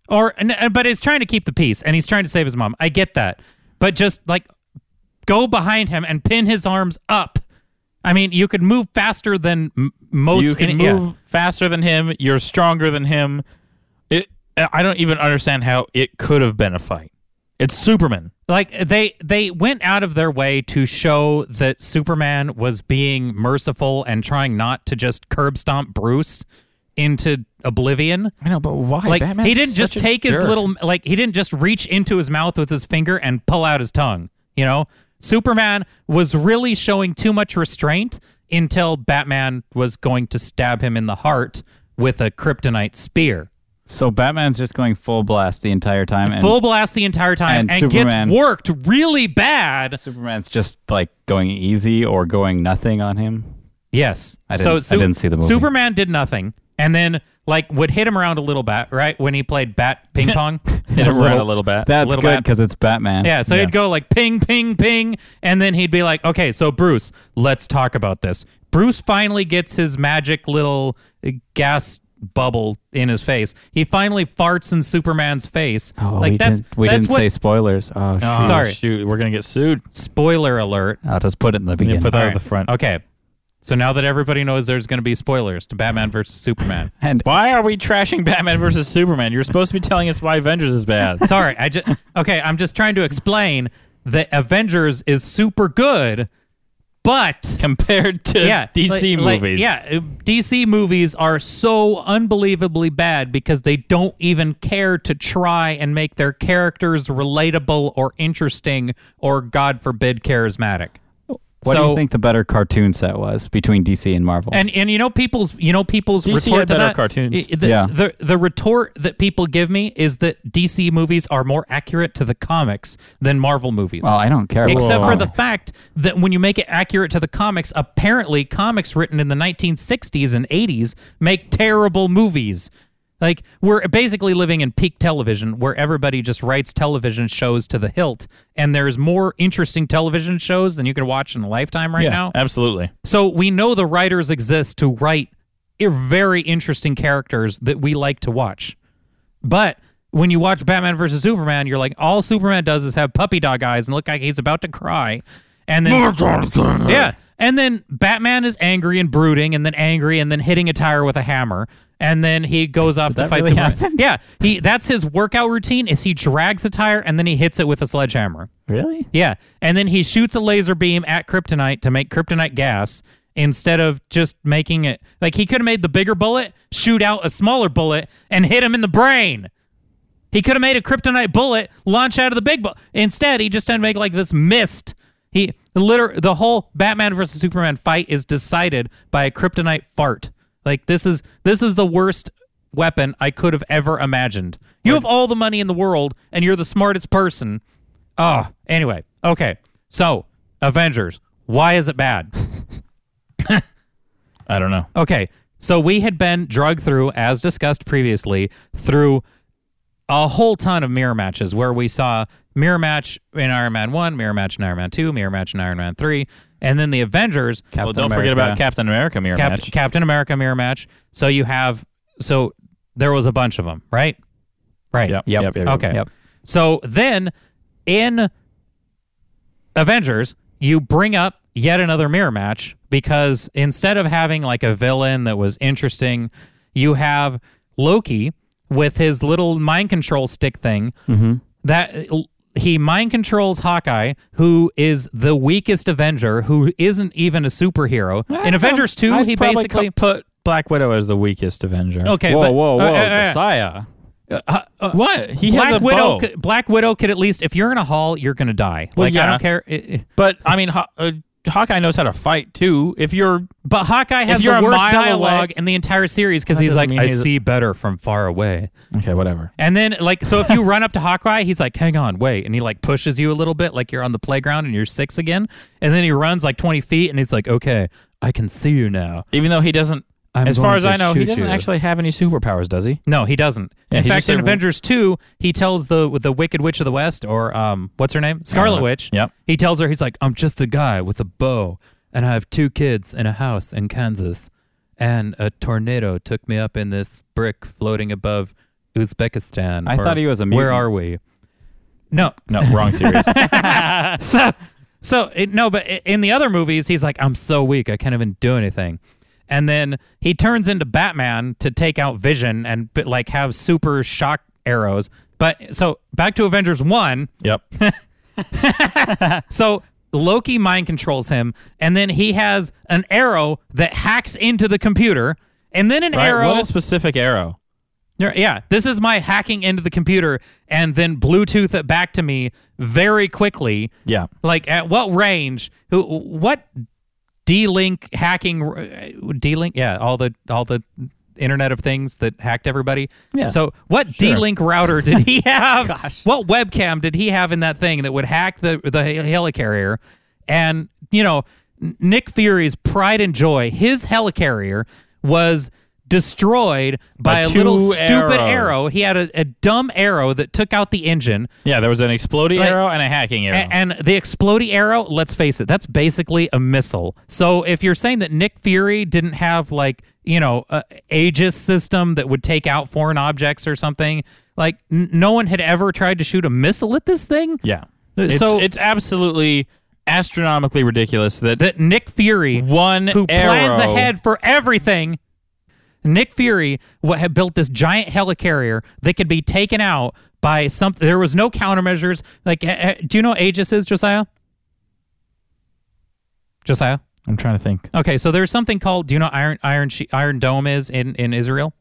or and- and- but he's trying to keep the peace and he's trying to save his mom. I get that, but just like go behind him and pin his arms up. I mean, you could move faster than m- most.
You can
any- yeah.
move faster than him. You're stronger than him. It, I don't even understand how it could have been a fight. It's Superman.
like they they went out of their way to show that Superman was being merciful and trying not to just curb stomp Bruce into oblivion.
I know, but why?
Like he didn't just take his little like he didn't just reach into his mouth with his finger and pull out his tongue, you know? Superman was really showing too much restraint until Batman was going to stab him in the heart with a kryptonite spear.
So Batman's just going full blast the entire time and
Full blast the entire time
and
and,
Superman-
gets worked really bad.
Superman's just like going easy or going nothing on him.
Yes.
I didn't- I didn't see the movie.
Superman did nothing, and then like would hit him around a little bit, right? When he played bat ping pong.
hit him around a little bit.
That's
Little
good
Bat-
because it's Batman.
Yeah, so he'd go like ping, ping, ping, and then he'd be like, "Okay, so Bruce, let's talk about this." Bruce finally gets his magic little uh, gas bubble in his face. He finally farts in Superman's face.
Oh,
like
we
that's
didn't, we
that's
didn't
what,
say spoilers. Oh,
Oh,
shoot.
Sorry.
shoot, we're gonna get sued.
spoiler alert.
I'll just put it in the
You
beginning.
put that at
Alright.
the front.
Okay. So now that everybody knows there's going to be spoilers to Batman versus Superman.
and
Why are we trashing Batman versus Superman? You're supposed to be telling us why Avengers is bad.
Sorry, I just Okay, I'm just trying to explain that Avengers is super good, but
compared to
yeah,
DC
like- like,
movies.
yeah, uh, DC movies are so unbelievably bad because they don't even care to try and make their characters relatable or interesting or god forbid charismatic.
what do
so-
you think the better cartoon set was between DC and Marvel?
And and you know people's you know people's
DC
retort
had
to
better
that?
cartoons.
I- The,
Yeah.
the the retort that people give me is that DC movies are more accurate to the comics than Marvel movies.
oh, I don't care. about
Except for the
comics.
fact that when you make it accurate to the comics, apparently comics written in the 1960s and 80s make terrible movies. Like, we're basically living in peak television where everybody just writes television shows to the hilt, and there's more interesting television shows than you can watch in a lifetime right
Yeah,
now.
absolutely.
So we know the writers exist to write i- very interesting characters that we like to watch. But when you watch Batman versus Superman, you're like, all Superman does is have puppy dog eyes and look like he's about to cry. And then, yeah. And then Batman is angry and brooding and then angry and then hitting a tire with a hammer. And then he goes off to
that
fight
really
Superman.
happen?
Yeah. He that's his workout routine is he drags a tire and then he hits it with a sledgehammer.
really,
Yeah. And then he shoots a laser beam at kryptonite to make kryptonite gas instead of just making it like he could have made the bigger bullet shoot out a smaller bullet and hit him in the brain. He could have made a kryptonite bullet launch out of the big bullet. Instead, he just didn't make like this mist. He liter the whole Batman versus Superman fight is decided by a kryptonite fart. Like this is this is the worst weapon I could have ever imagined. You have all the money in the world and you're the smartest person. Oh, anyway. Okay. So, Avengers, why is it bad?
I don't know.
Okay. So we had been drugged through, as discussed previously, through a whole ton of mirror matches where we saw mirror match in Iron Man 1, mirror match in Iron Man 2, mirror match in Iron Man 3, and then the Avengers
well, don't forget about Captain America mirror
Cap-
match.
Captain America mirror match. So you have so there was a bunch of them, right? Right.
Yep.
Yep.
Yep. yep,
Okay.
Yep.
So then in Avengers, you bring up yet another mirror match because instead of having like a villain that was interesting, you have Loki with his little mind control stick thing that he mind controls Hawkeye, who is the weakest Avenger, who isn't even a superhero. In Avengers 2,
I'd
he
probably
basically.
co- put Black Widow as the weakest Avenger.
Okay,
whoa,
but-
whoa, whoa,
uh, uh, uh,
Messiah.
What? He
Black
has a
Widow.
bow.
Could, Black Widow could at least, if you're in a hall, you're gonna die.
Well,
like I
yeah.
don't care. It- it-
But I mean, Haw- uh, Hawkeye knows how to fight too. If you're
But Hawkeye has
you're
the
a
worst
mile
dialogue
away-
in the entire series because he's
doesn't
like,
mean
"I
he's-
see better from far away."
okay, whatever.
And then, like, so if you run up to Hawkeye, he's like, "Hang on, wait," and he like pushes you a little bit, like you're on the playground and you're six again. And then he runs like twenty feet, and he's like, "Okay, I can see you now."
Even though he doesn't,
I'm
as
going
far as
to
I know, he
shoot
doesn't
you.
actually have any superpowers, does he?
No, he doesn't. in
he
fact,
just
in
said-
Avengers two, he tells the the Wicked Witch of the West, or um, what's her name, Scarlet
Uh-huh.
Witch.
Yep.
He tells her, he's like, "I'm just the guy with a bow, and I have two kids and a house in Kansas, and a tornado took me up in this brick floating above Uzbekistan."
I
or
thought he was a
Where
mutant.
are we? No,
No, wrong series.
so so it, no but i- in the other movies he's like i'm so weak i can't even do anything and then he turns into batman to take out vision and but, like have super shock arrows but so back to avengers 1
yep.
so Loki mind controls him, and then he has an arrow that hacks into the computer, and then an
Right,
arrow.
What a specific arrow.
Yeah, Yeah, this is my hacking into the computer and then Bluetooth it back to me very quickly.
Yeah.
Like at what range? Who? What D-Link hacking? uh, D-Link? Yeah, all the all the Internet of Things that hacked everybody.
Yeah.
So what D-Link router did he have? What webcam did he have in that thing that would hack the the helicarrier? And you know, N- Nick Fury's pride and joy, his helicarrier was destroyed by,
By
a little
two
stupid
arrows.
arrow. He had a, a dumb arrow that took out the engine.
Yeah, there was an exploding
Like-
arrow and a hacking arrow.
A- And the exploding arrow, let's face it, that's basically a missile. So if you're saying that Nick Fury didn't have like you know, uh, Aegis system that would take out foreign objects or something. Like n- no one had ever tried to shoot a missile at this thing.
Yeah.
Uh,
It's,
so-
it's absolutely astronomically ridiculous that,
That Nick Fury,
one
who plans
arrow-
ahead for everything, Nick Fury what had built this giant helicarrier that could be taken out by something. There was no countermeasures. Like, eh, eh, do you know what Aegis is, Josiah? Josiah.
I'm trying to think.
Okay, so there's something called. Do you know what Iron Iron She- Iron Dome is in in Israel?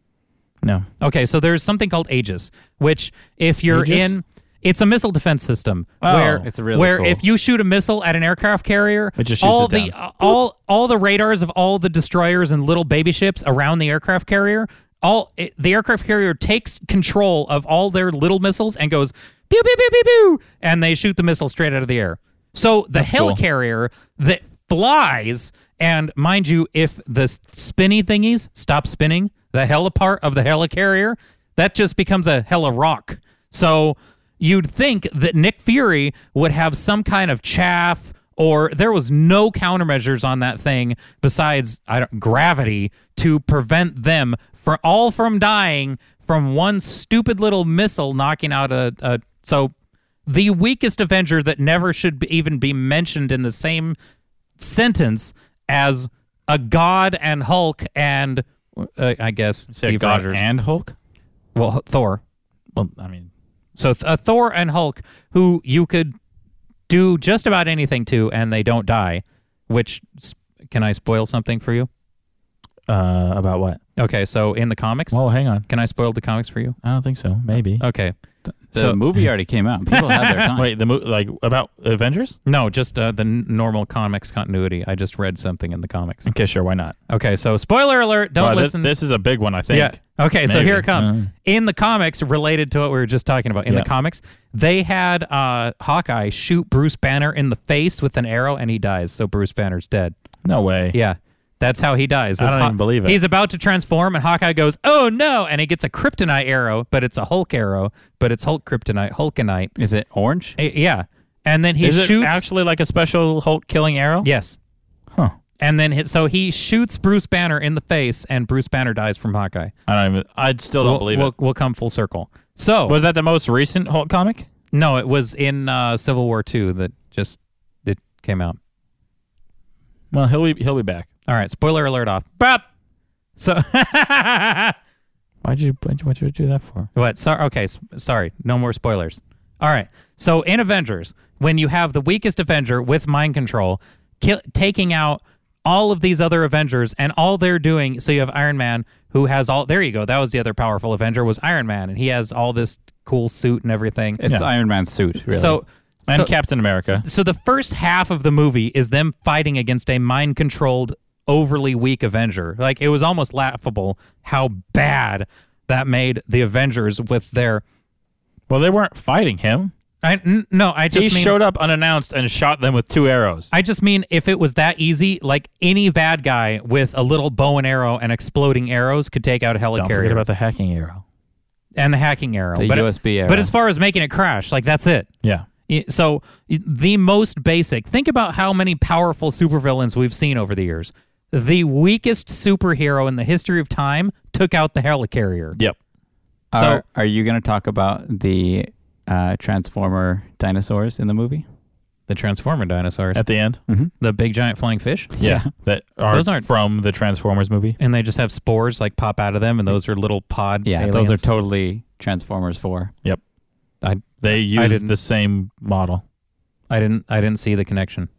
No.
Okay, so there's something called Aegis, which if you're
Aegis?
in, it's a a missile defense system
Oh,
where
it's really
where
cool.
if you shoot a missile at an aircraft carrier,
It just shoots
all
it
the
down.
uh, all all the radars of all the destroyers and little baby ships around the aircraft carrier, all it, the aircraft carrier takes control of all their little missiles and goes pew pew pew pew pew, and they shoot the missile straight out of the air. So the
cool.
helicarrier that flies, and mind you, if the s- spinny thingies stop spinning, the hella part of the helicarrier, that just becomes a hella rock. So you'd think that Nick Fury would have some kind of chaff, or there was no countermeasures on that thing besides I don't, gravity to prevent them for all from dying from one stupid little missile knocking out a. a so the weakest Avenger that never should be, even be mentioned in the same sentence as a god and Hulk and uh, I guess
Say
Steve
God
Rogers.
and Hulk?
well Thor.
Well, I mean,
So th- uh, Thor and Hulk, who you could do just about anything to, and they don't die. Which s- can I spoil something for you?
uh, about what?
Okay, so in the comics,
Well, hang on.
can I spoil the comics for you?
I don't think so. Maybe.
Okay,
The
So-
movie already came out. People have their time.
Wait, the mo- like about Avengers?
no, just uh, the n- normal comics continuity. I just read something in the comics.
Okay, sure. Why not?
Okay, so spoiler alert! Don't
Wow, this,
listen.
this is a big one, I think.
Yeah. Okay, so
Maybe.
here it comes.
Uh-huh.
In the comics, related to what we were just talking about, in
Yeah.
the comics, they had uh, Hawkeye shoot Bruce Banner in the face with an arrow, and he dies. So Bruce Banner's dead.
No way.
Yeah. That's how he dies.
I
This
don't even believe it.
He's about to transform, and Hawkeye goes, "Oh no!" and he gets a kryptonite arrow, but it's a Hulk arrow, but it's Hulk kryptonite, Hulkanite.
Is it orange?
Eh, yeah, and then he
is
shoots.
it actually like a special Hulk killing arrow?
yes,
Huh.
and then his, so he shoots Bruce Banner in the face, and Bruce Banner dies from Hawkeye.
I don't even. I still don't
we'll,
believe
we'll,
it.
we'll come full circle. So
Was that the most recent Hulk comic?
no, it was in uh, Civil War Two that just it came out.
Well, he'll be he'll be back.
All right, spoiler alert off. Bop. So
Why'd you why'd you, why'd you do that for?
What? Sorry. Okay. s- Sorry. No more spoilers. All right. So in Avengers, when you have the weakest Avenger with mind control, kill, taking out all of these other Avengers, and all they're doing, so you have Iron Man who has all. There you go. That was the other powerful Avenger was Iron Man, and he has all this cool suit and everything.
It's
Yeah.
Iron Man's suit. Really.
So.
And
so,
Captain America.
so the first half of the movie is them fighting against a mind controlled overly weak avenger like it was almost laughable how bad that made the avengers with their
Well, they weren't fighting him.
I n- no, I
He
just mean,
showed up unannounced and shot them with two arrows.
I just mean if it was that easy, like any bad guy with a little bow and arrow and exploding arrows could take out a
don't forget
helicarrier
about the hacking arrow.
and the hacking arrow,
The
but
USB arrow.
But as far as making it crash, like that's it.
Yeah.
Y- So y- the most basic. Think about how many powerful supervillains we've seen over the years. The weakest superhero in the history of time took out the helicarrier.
Yep.
are,
so-
are you going to talk about the uh, Transformer dinosaurs in the movie?
The Transformer dinosaurs,
At the end.
the big giant flying fish.
Yeah. That are
Those aren't-
from the Transformers movie.
And they just have spores like pop out of them, and those are little pod.
Yeah,
aliens.
those are totally Transformers 4.
Yep.
I-
they
didn't-
used the same model.
I didn't I didn't see the connection.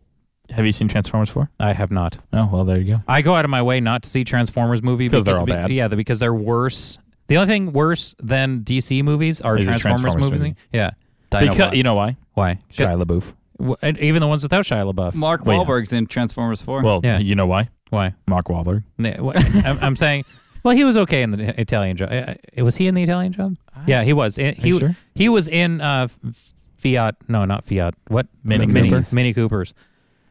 Have you seen Transformers 4?
I have not.
Oh, well, there you go.
I go out of my way not to see Transformers movie
'Cause they're all
be-
bad.
Yeah, the- because they're worse. The only thing worse than DC movies are
Is the
Transformers,
Transformers
movies.
movie.
Yeah.
Because you know why?
Why?
Shia LaBeouf.
W- and even the ones without Shia LaBeouf.
Mark
Wait.
Wahlberg's in Transformers 4.
Well,
Yeah.
you know why?
Why?
Mark Wahlberg.
N- wh- I'm, I'm saying, well, he was okay in the Italian job. Uh, uh, Was he in the Italian job? yeah, he was. Uh, He
you sure?
he was in uh, Fiat. No, not Fiat. What
Mini
Mini,
Coopers.
Mini Coopers.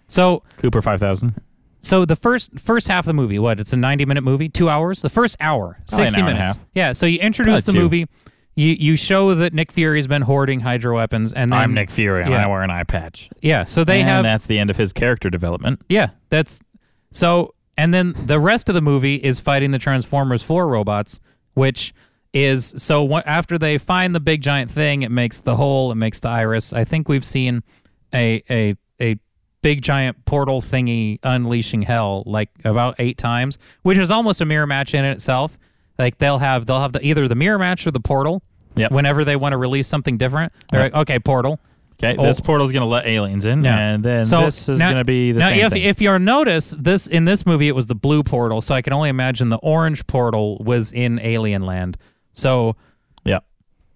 So
Cooper 5000.
So the first first half of the movie, what? It's a ninety minute movie, two hours. The first hour,
Probably an
sixty
hour and a
minutes.
half.
Yeah. So you introduce the
Probably two.
movie, you you show that Nick Fury's been hoarding hydro weapons, and then
I'm Nick Fury and
yeah.
I wear an eye patch.
Yeah. So they
and
have
that's the end of his character development.
yeah. That's so And then the rest of the movie is fighting the Transformers 4 robots, which is so wha- after they find the big giant thing, it makes the hole, it makes the iris. I think we've seen a a a big giant portal thingy unleashing hell like about 8 times, which is almost a mirror match in itself. Like they'll have they'll have the either the mirror match or the portal.
Yep.
Whenever they want to release something different, they're like, okay, portal.
Okay,
Oh.
this portal's gonna let aliens in,
Yeah.
and then this is
now-
gonna be the
now
same
if,
thing.
if you notice this in this movie, it was the blue portal, so I can only imagine the orange portal was in Alien Land. So
yeah,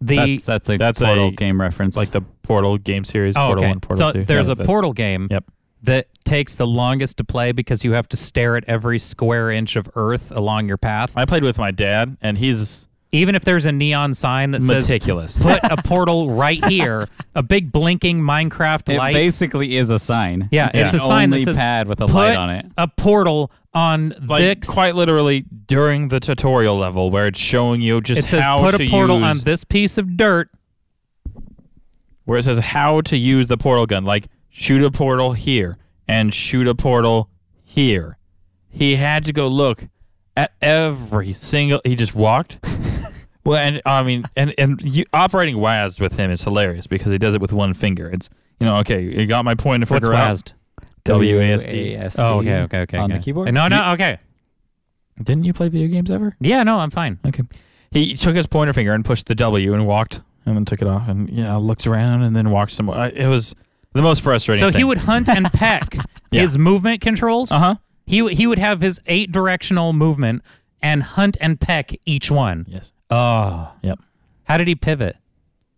the
That's that's a
That's
portal
a-
game reference.
like the Portal game series,
oh,
Portal
okay.
One, Portal
so
Two.
there's
Yeah,
a
that's-
portal game
Yep.
that takes the longest to play because you have to stare at every square inch of Earth along your path,
I played with my dad, and he's
even if there's a neon sign that says.
meticulous.
Put a portal right here. A big blinking Minecraft
it
light.
basically is a sign.
Yeah, it's
the
a sign that
only
says,
pad with a
put
light on it.
a portal on
like
this
quite literally during the tutorial level where it's showing you just
It says
how
put
to
a portal
use,
on this piece of dirt.
where it says how to use the portal gun. Like shoot a portal here and shoot a portal here. He had to go look at every single. He just walked. well, and I mean, and and you, operating WASD with him is hilarious because he does it with one finger. It's you know okay. You got my point to figure
What's
out.
WASD?
WASD.
WASD.
Oh, okay, okay, okay.
On
okay.
the keyboard.
No, no, okay.
Didn't you play video games ever?
Yeah, no, I'm fine.
Okay. He took his pointer finger and pushed the W and walked, and then took it off, and you know looked around and then walked some. I- It was the most frustrating.
So he would hunt and peck
Yeah.
his movement controls.
Uh huh.
He w- he would have his eight directional movement and hunt and peck each one.
Yes.
Oh,
Yep.
how did he pivot?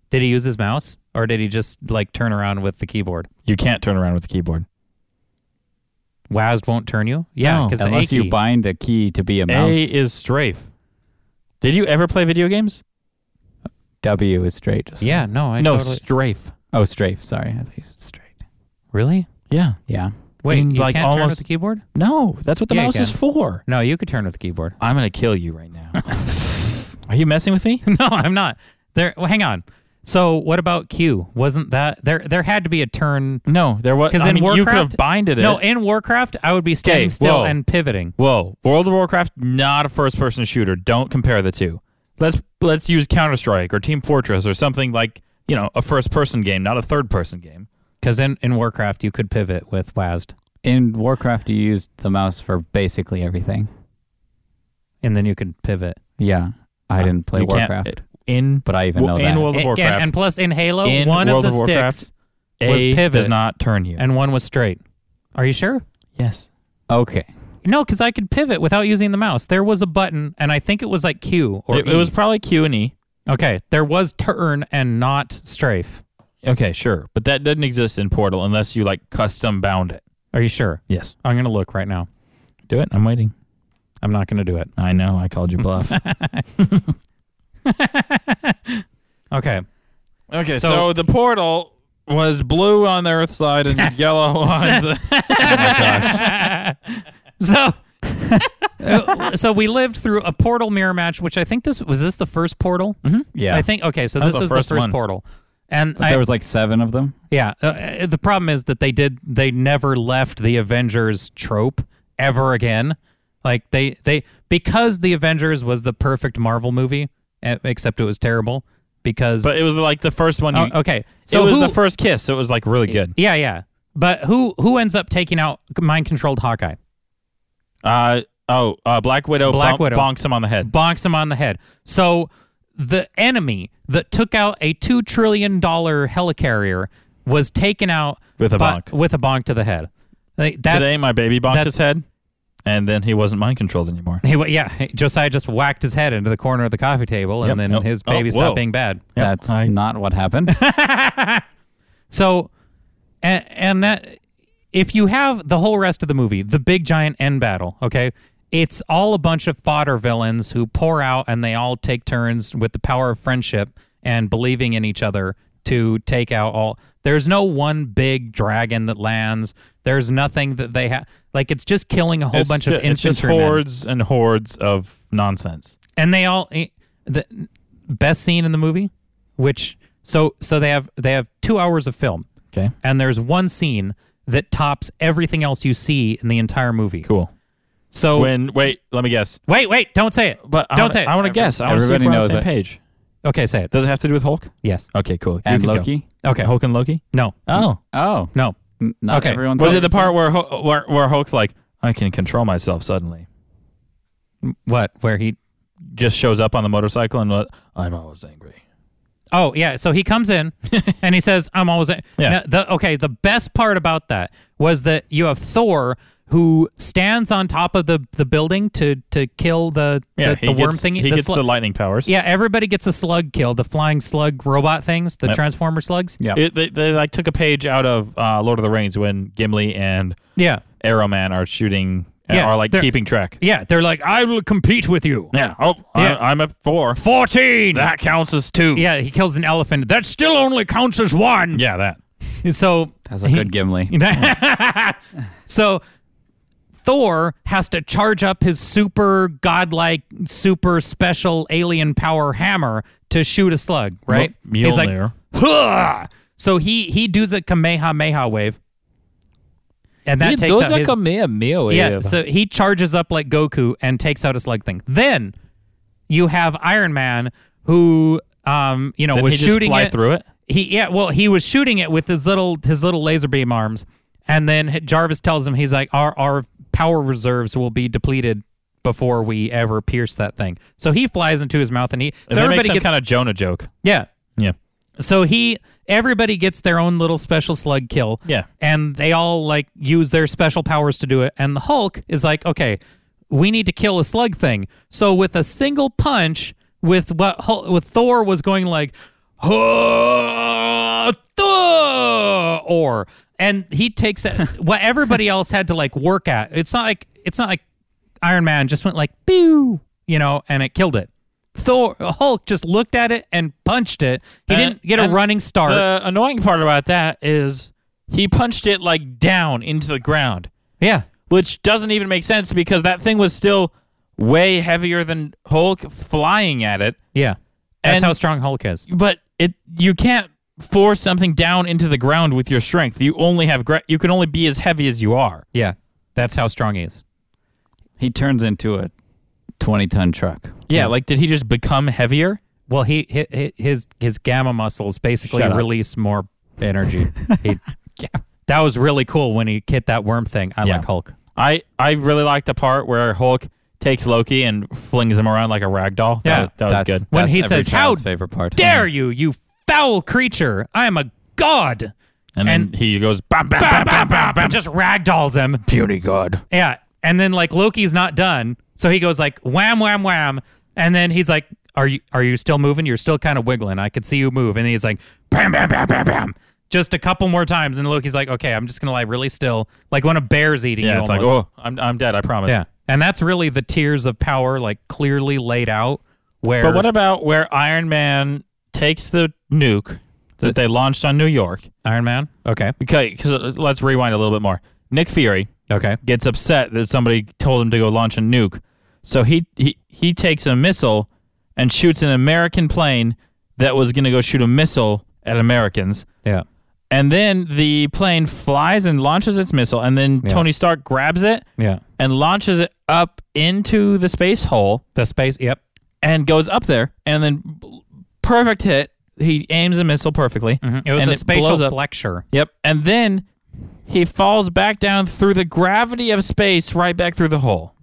Did he use his mouse or did he just like turn around with the keyboard?
You can't turn around with the keyboard.
WASD won't turn you. Yeah,
No,
because
Unless
the A
you
key-
bind a key to be a mouse.
A is strafe. Did you ever play video games?
w is straight. Just
Yeah, no, I
no,
totally-
strafe.
Oh, strafe. Sorry, I think it's straight.
really?
Yeah.
Yeah.
Wait,
In,
you
like,
can't turn with
almost-
the keyboard?
No, that's what the
Yeah, you
mouse is
can.
for.
No, you could turn with the keyboard.
I'm gonna kill you right now. Are you messing with me?
no, I'm not. There. Well, hang on. So what about Q? Wasn't that there? There had to be a turn
No, there was.
because
I
in
mean,
Warcraft,
you could have binded it.
No, in Warcraft, I would be standing
Okay,
still
whoa.
and pivoting.
Whoa, World of Warcraft not a first-person shooter. Don't compare the two. Let's let's use Counter Strike or Team Fortress or something like you know a first-person game, not a third-person game.
Because in, in Warcraft, you could pivot with WASD,
In Warcraft, you used the mouse for basically everything.
and then you could pivot.
Yeah, I didn't play
You can't-
Warcraft,
in
but I even know
in
that.
World of
And- and,
Warcraft.
and plus, in Halo,
In
one
World
of
of
the
Warcraft,
sticks
A
was
does
pivot.
not turn you.
and one was straight. Are you sure?
yes,
okay,
No, because I could pivot without using the mouse. There was a button, and I think it was like Q or
it,
E.
it was probably Q and E.
okay. There was turn and not strafe.
Okay, sure, but that doesn't exist in Portal unless you like custom bound it.
Are you sure?
Yes,
I'm gonna look right now.
do it. I'm waiting.
I'm not gonna do it.
I know. I called you bluff.
Okay.
okay,
So-
so, the Portal was blue on the Earth side and yellow on the. oh my gosh.
so uh, so we lived through a portal mirror match which i think this was this the first portal mm-hmm.
yeah.
i think okay so
That was
this
the
was the
first
first,
one.
portal and
there
I,
was like seven of them.
yeah uh, uh, the problem is that they did they never left the avengers trope ever again like they they because the avengers was the perfect marvel movie e- except it was terrible because
But it was like the first one. You,
Oh, okay
So
so
it was
who,
the first kiss. So it was like really good.
yeah yeah but who who ends up taking out mind controlled hawkeye
Uh oh, uh, Black Widow.
Black
bonk-
Widow.
bonks him on the head.
bonks him on the head. So the enemy that took out a two trillion dollar helicarrier was taken out
With a
by-
bonk.
with a bonk to the head. Like, that's,
Today, my baby bonked
that's-
his head, and then he wasn't mind controlled anymore.
he, wa- yeah, Josiah just whacked his head into the corner of the coffee table, and
Yep.
then
Nope.
his
Oh,
baby
whoa.
stopped being bad.
Yep.
That's
I-
not what happened.
So, and, and that if you have the whole rest of the movie, the big giant end battle, okay, it's all a bunch of fodder villains who pour out and they all take turns with the power of friendship and believing in each other to take out all. There's no one big dragon that lands. There's nothing that they have. Like it's just killing a whole
It's
bunch
ju-
of
it's just
infantrymen,
hordes and hordes of nonsense.
and they all. eh, The best scene in the movie, which so so they have they have two hours of film
Okay,
and there's one scene that tops everything else you see in the entire movie.
cool.
So
When wait, let me guess.
wait, wait, don't say it.
But I
Don't
wanna,
say it.
I want to guess. I want to see if
Everybody
we're on the
knows
same
it.
page.
Okay, say it.
Does it have to do with Hulk?
Yes.
Okay, cool. You
and
can go.
Loki.
Okay.
Hulk and Loki.
No.
Oh,
Oh,
No.
n- not
Okay.
everyone's.
was it the part
Hulk.
where, Hul- where where Hulk's like, I can control myself suddenly?
What? Where he?
Just shows up on the motorcycle and uh, I'm always angry.
Oh yeah. So he comes in and he says, "I'm always." a-"
Yeah.
Now, the, okay. The best part about that was that you have Thor who stands on top of the, the building to to kill the
Yeah,
the,
he
the
gets,
worm thing.
He
the
gets
slu-
the lightning powers.
yeah. Everybody gets a slug kill. The flying slug robot things. The
Yep.
transformer slugs.
Yeah.
It, they, they like took a page out of uh, Lord of the Rings when Gimli and
Yeah.
Arrowman are shooting and
Yeah,
are like
they're-
keeping track.
Yeah. They're like, I will compete with you.
Yeah. Oh,
Yeah.
I, I'm at four.
Fourteen.
That counts as two.
Yeah. He kills an elephant. That still only counts as one.
Yeah, that.
So
That's a good Gimli.
so Thor has to charge up his super godlike, super special alien power hammer to shoot a slug, right?
M-
He's like,
Oh, Mjolnir.
"Huh!" so he he does a Kamehameha wave, and that takes out his,
mere meal.
yeah. So he charges up like Goku and takes out a slug thing. Then you have Iron Man who. Um, you know,
Didn't
was
he just
shooting
fly
it
through it?
he yeah well he was shooting it with his little his little laser beam arms and then H- jarvis tells him he's like our our power reserves will be depleted before we ever pierce that thing so he flies into his mouth and he
they
so
make
everybody
some
gets
kind of Jonah joke.
yeah
Yeah.
so he everybody gets their own little special slug kill
Yeah.
and they all like use their special powers to do it and the hulk is like okay we need to kill a slug thing so with a single punch with what Hul- with thor was going like "Huh, Thor!" or and he takes it what everybody else had to like work at it's not like it's not like iron man just went like pew you know and it killed it thor hulk just looked at it and punched it he
And-
didn't get a
Uh, and
running start
The annoying part about that is he punched it like down into the ground,
yeah
which doesn't even make sense because that thing was still way heavier than Hulk flying at it.
Yeah. That's
And-
how strong Hulk is.
But it you can't force something down into the ground with your strength. You only have gra- you can only be as heavy as you are.
Yeah. That's how strong he is.
He turns into a 20 ton truck.
Yeah, like did he just become heavier?
Well, he, hi- hi- his his gamma muscles basically
Shut up.
release more energy. He- that was really cool when he hit that worm thing. I
Yeah.
like Hulk.
I I really like the part where Hulk takes Loki and flings him around like a rag doll.
Yeah.
that, that was
That's-
good.
When
that's
he
every
says, "How
child's favorite part."
Dare you, you foul creature! I am a god.
And,
and-
then he goes bam bam
Bam,
bam bam
bam, bam, bam, just ragdolls him.
Beauty God.
Yeah. And then like Loki's not done, so he goes like wham wham wham, and then he's like, "Are you are you still moving? You're still kind of wiggling. I could see you move." And he's like, "Bam bam bam bam bam." Just a couple more times, and Loki's like, "Okay, I'm just gonna lie really still, like when a bear's eating you."
Yeah, it's
almost.
like oh, I'm I'm dead. I promise.
yeah. And that's really the tiers of power, like clearly laid out. Where,
But what about where Iron Man takes the nuke that they launched on New York?
Iron Man? Okay,
Okay, because let's rewind a little bit more. Nick Fury
okay,
gets upset that somebody told him to go launch a nuke, so he he he takes a missile and shoots an American plane that was going to go shoot a missile at Americans.
yeah,
And then the plane flies and launches its missile, and then
Yeah.
Tony Stark grabs it
yeah.
and launches it up into the space hole
The space, yep,
and goes up there, and then perfect hit. He aims a missile perfectly.
it was
and
a spatial
blows up.
flexure.
Yep. And then he falls back down through the gravity of space, right back through the hole.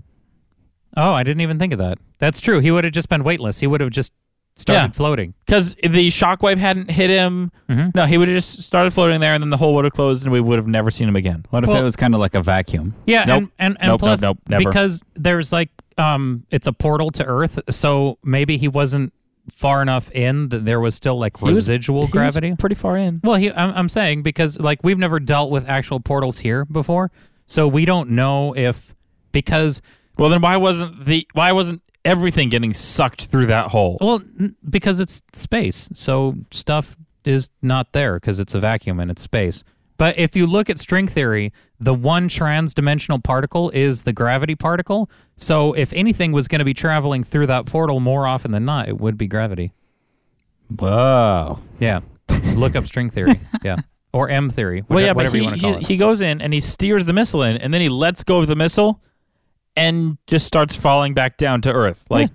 Oh, I didn't even think of that. That's true. He would have just been weightless. He would have just started
Yeah.
floating.
Because the shockwave hadn't hit him. No, he would have just started floating there, and then the hole would have closed, and we would have never seen him again.
What if
Well-
it was kind of like a vacuum?
Yeah,
Nope.
and and, and
Nope, nope,
plus
nope, never.
because there's like um it's a portal to Earth, so maybe he wasn't far enough in that there was still like
was-
residual
he was
gravity.
pretty far in.
well, he, I'm I'm saying because like we've never dealt with actual portals here before, so we don't know if because
Well, then why wasn't the why wasn't everything getting sucked through that hole?
well n- because it's space, so stuff is not there because it's a vacuum and it's space. But if you look at string theory, the one trans-dimensional particle is the gravity particle. So if anything was going to be traveling through that portal more often than not, it would be gravity.
Whoa.
Yeah. look up string theory. Yeah. Or M theory. Whatever,
Well, yeah, but
whatever
he,
you want to call
he,
it.
he goes in and he steers the missile in, and then he lets go of the missile, and just starts falling back down to earth. Like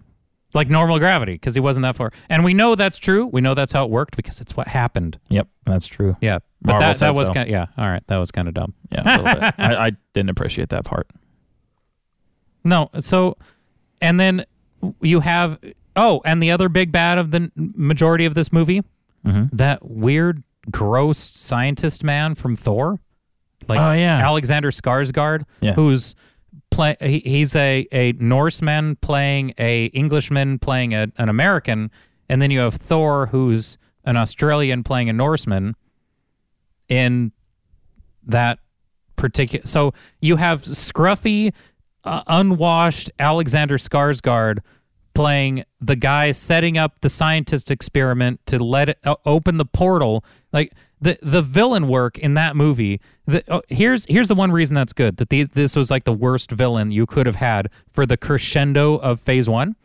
like normal gravity because he wasn't that far. And we know that's true. We know that's how it worked because it's what happened.
Yep, that's true.
Yeah, but
Marvel
that,
said
that was
so.
kind. yeah, all right, that was kind of dumb.
Yeah, a little bit. I, I didn't appreciate that part.
No, so and then you have oh, and the other big bad of the n- majority of this movie,
Mm-hmm.
that weird, gross scientist man from Thor, like
Oh, yeah.
Alexander Skarsgård,
Yeah.
who's play he, he's a a Norseman playing a Englishman playing a, an American, and then you have Thor who's an Australian playing a Norseman in that particular. So you have scruffy, uh, unwashed Alexander Skarsgård playing the guy setting up the scientist experiment to let it o open the portal. Like the the villain work in that movie. The, oh, here's here's the one reason that's good that the, this was like the worst villain you could have had for the crescendo of Phase One.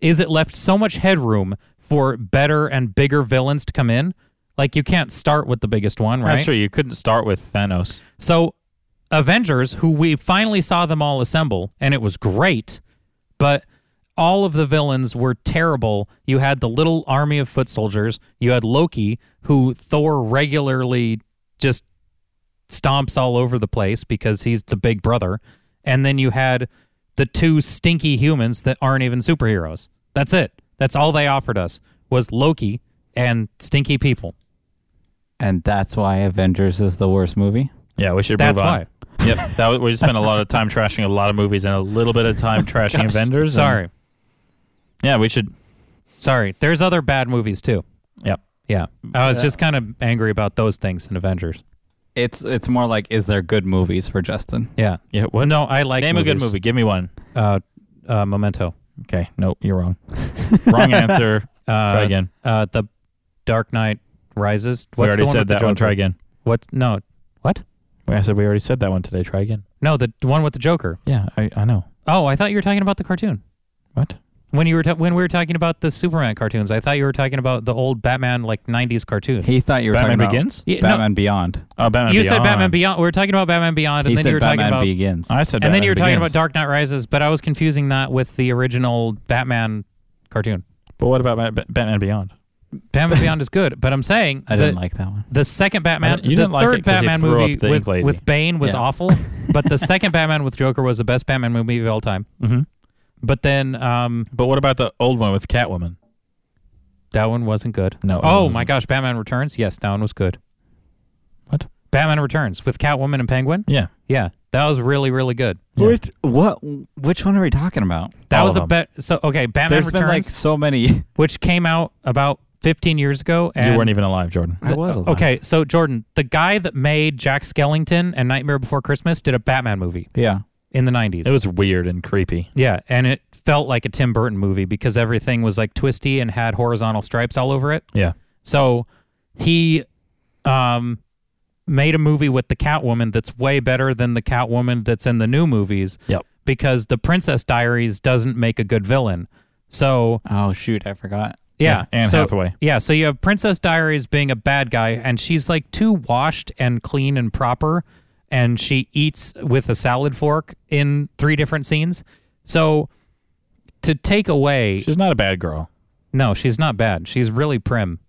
Is it left so much headroom for better and bigger villains to come in? Like you can't start with the biggest one, right?
That's true. You couldn't start with Thanos.
So, Avengers, who we finally saw them all assemble, and it was great, but all of the villains were terrible. You had the little army of foot soldiers, you had Loki, who Thor regularly just stomps all over the place because he's the big brother, and then you had the two stinky humans that aren't even superheroes. That's it. That's all they offered us was Loki and stinky people.
And that's why Avengers is the worst movie.
Yeah, we should
That's
move on. Yep, that was, we spent a lot of time trashing a lot of movies and a little bit of time trashing Avengers. and-
Sorry.
yeah, we should.
Sorry. There's other bad movies too.
Yep.
Yeah. I was just kind of angry about those things in Avengers.
It's it's more like is there good movies for Justin?
Yeah.
Yeah. What?
No, I like
Name a good
movies.
movie. Give me one.
Uh, uh, Memento.
Okay. Nope. You're wrong. wrong answer.
Uh,
Try again.
Uh, the Dark Knight Rises.
We
What's
already
the one with
said
the
that one.
Joker?
Try again.
What? No. What?
Wait, I said we already said that one today. Try again.
No, the one with the Joker.
Yeah, I, I know.
Oh, I thought you were talking about the cartoon.
What?
When you were ta- when we were talking about the Superman cartoons, I thought you were talking about the old Batman like '90s cartoons.
He thought you were
Batman
talking about
Begins?
Yeah, no.
Batman Beyond.
Oh, Batman.
you
Beyond.
said Batman Beyond. We were talking about Batman Beyond, and
He
then you
said
were
Batman
talking about
Begins.
I said.
and then
Batman
you were talking
Begins.
about Dark Knight Rises, but I was confusing that with the original Batman cartoon.
But what about Ba- Batman Beyond?
Batman Beyond is good, but I'm saying
I
the,
didn't like that one.
the second
I
Batman,
don't- you
the
didn't like it
third
'cause he
Batman
threw
movie
up the
with,
ink lady.
with Bane was
Yeah.
awful, but the second Batman with Joker was the best Batman movie of all time.
Mhm.
But then um,
But what about the old one with Catwoman?
that one wasn't good.
No, it
Oh
wasn't.
my gosh, Batman Returns. Yes, that one was good.
What?
Batman Returns with Catwoman and Penguin.
Yeah.
Yeah, that was really really good.
Yeah.
Which what? Which one are we talking about?
That
All
was
of
a bet. So okay, Batman
There's been
Returns,
like so many.
which came out about 15 years ago, and
you weren't even alive, Jordan.
I was alive.
Okay, so Jordan, the guy that made Jack Skellington and Nightmare Before Christmas did a Batman movie
Yeah.
in the 90s.
It was weird and creepy.
yeah, and it felt like a Tim Burton movie because everything was like twisty and had horizontal stripes all over it.
Yeah.
So he um made a movie with the Catwoman that's way better than the Catwoman that's in the new movies
Yep.
because the Princess Diaries doesn't make a good villain. So
Oh shoot, I forgot.
Yeah,
Yeah, Anne
so,
Hathaway.
Yeah, so you have Princess Diaries being a bad guy, and she's like too washed and clean and proper, and she eats with a salad fork in three different scenes. So to take away,
She's not a bad girl.
no, she's not bad. She's really prim.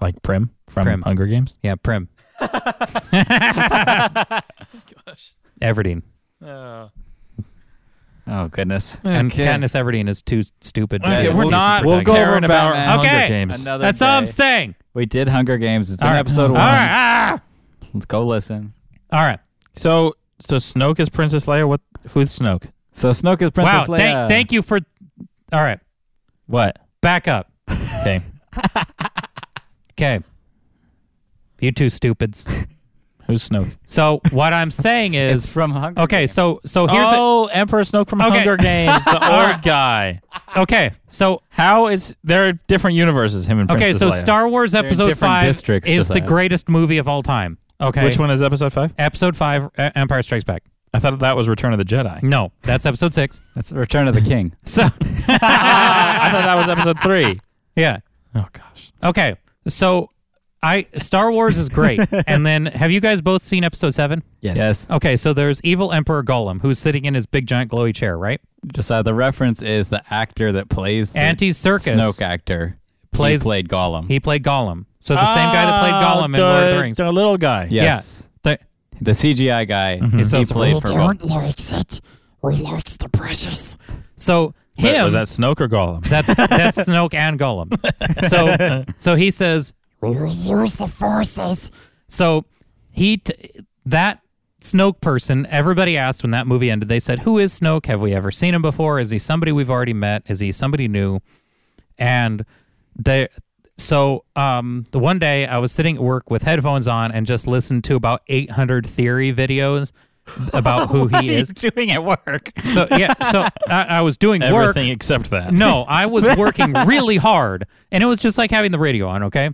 Like Prim from
Prim.
Hunger Games.
Yeah, prim. Everdeen
Oh goodness.
and Katniss Everdeen is too stupid. to
Okay,
be a
we're
decent
not
We'll go
protagonist.
caring
over
about
Batman.
Hunger
Okay.
Games.
Another
That's all I'm
day.
saying.
We did Hunger Games. It's in
All right.
episode
All
one.
right, ah.
Let's go listen.
all right.
So, so Snoke is Princess Leia. What? Who's Snoke?
So Snoke is Princess
wow.
Leia.
Thank, thank you for. All right.
What?
Back up.
Okay.
Okay. You two stupids.
Who's Snoke?
So what I'm saying
It's
is
from Hunger.
okay, so so here's
oh, Emperor Snoke from
Okay.
Hunger Games, the old guy.
a, okay. So
How is there are different universes? Him and
okay,
Princess
so
Leia.
Star Wars
in
episode
different
5
districts
is
for
the
that.
greatest movie of all time. Okay.
Which one is Episode Five?
Episode 5 uh, Empire Strikes Back.
I thought that was Return of the Jedi.
No, that's episode 6.
That's Return of the King.
So
I thought that was Episode Three.
yeah.
Oh gosh.
Okay. So I Star Wars is great. and then have you guys both seen episode 7?
Yes.
Yes.
Okay, so there's evil Emperor Gollum who's sitting in his big giant glowy chair, right?
Just uh, the reference is the actor that plays the
Anti Circus
Snoke actor.
Plays-
he played Gollum.
He played Gollum. So the same guy that played
Ah,
Gollum in
the,
Lord of the Rings.
The little guy.
yes.
The-
The CGI guy. He
sounds
played for Gollum.
likes it. Relax the precious.
so
Wait,
him
Was that Snoke or Gollum?
that's that's Snoke and Gollum. So so he says
We will use the forces.
So he t- that Snoke person. Everybody asked when that movie ended. They said, "Who is Snoke? Have we ever seen him before? Is he somebody we've already met? Is he somebody new?" And they so um the one day I was sitting at work with headphones on and just listened to about 800 theory videos about who he is.
doing at work.
So yeah, so I, I was doing work.
Everything except that.
No, I was working really hard, and it was just like having the radio on. Okay,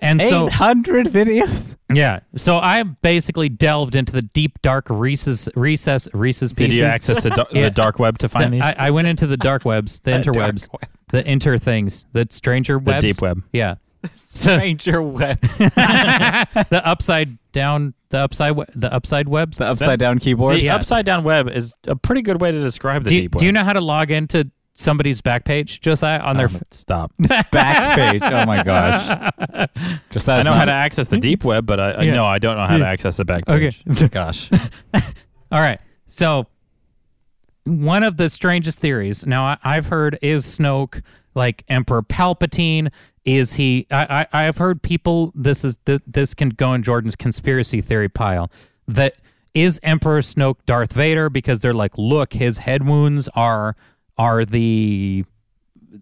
and so
800 videos?
yeah. So I basically delved into the deep dark recess recess recess
Did
pieces.
you access the, dar-
Yeah.
the dark web to find
The-
these?
I, I went into the dark webs, the interwebs, the inter things, the stranger webs,
deep web.
Yeah. So
Ranger web.
the upside down, the upside, we- the upside webs.
The upside down keyboard.
the
yeah.
upside down web is a pretty good way to describe the
do,
deep web.
do you know how to log into somebody's back page, Josiah, on their?
Um,
f-
Stop.
Back page. Oh my gosh. Just
I
that's
know
not-
how to access the deep web, but I, I
Yeah.
no, I don't know how to access the back page.
Gosh.
All right. So one of the strangest theories now I, I've heard is Snoke like Emperor Palpatine? Is he? I, I I've heard people. This is this, this can go in Jordan's conspiracy theory pile. That is Emperor Snoke Darth Vader because they're like, look, his head wounds are are the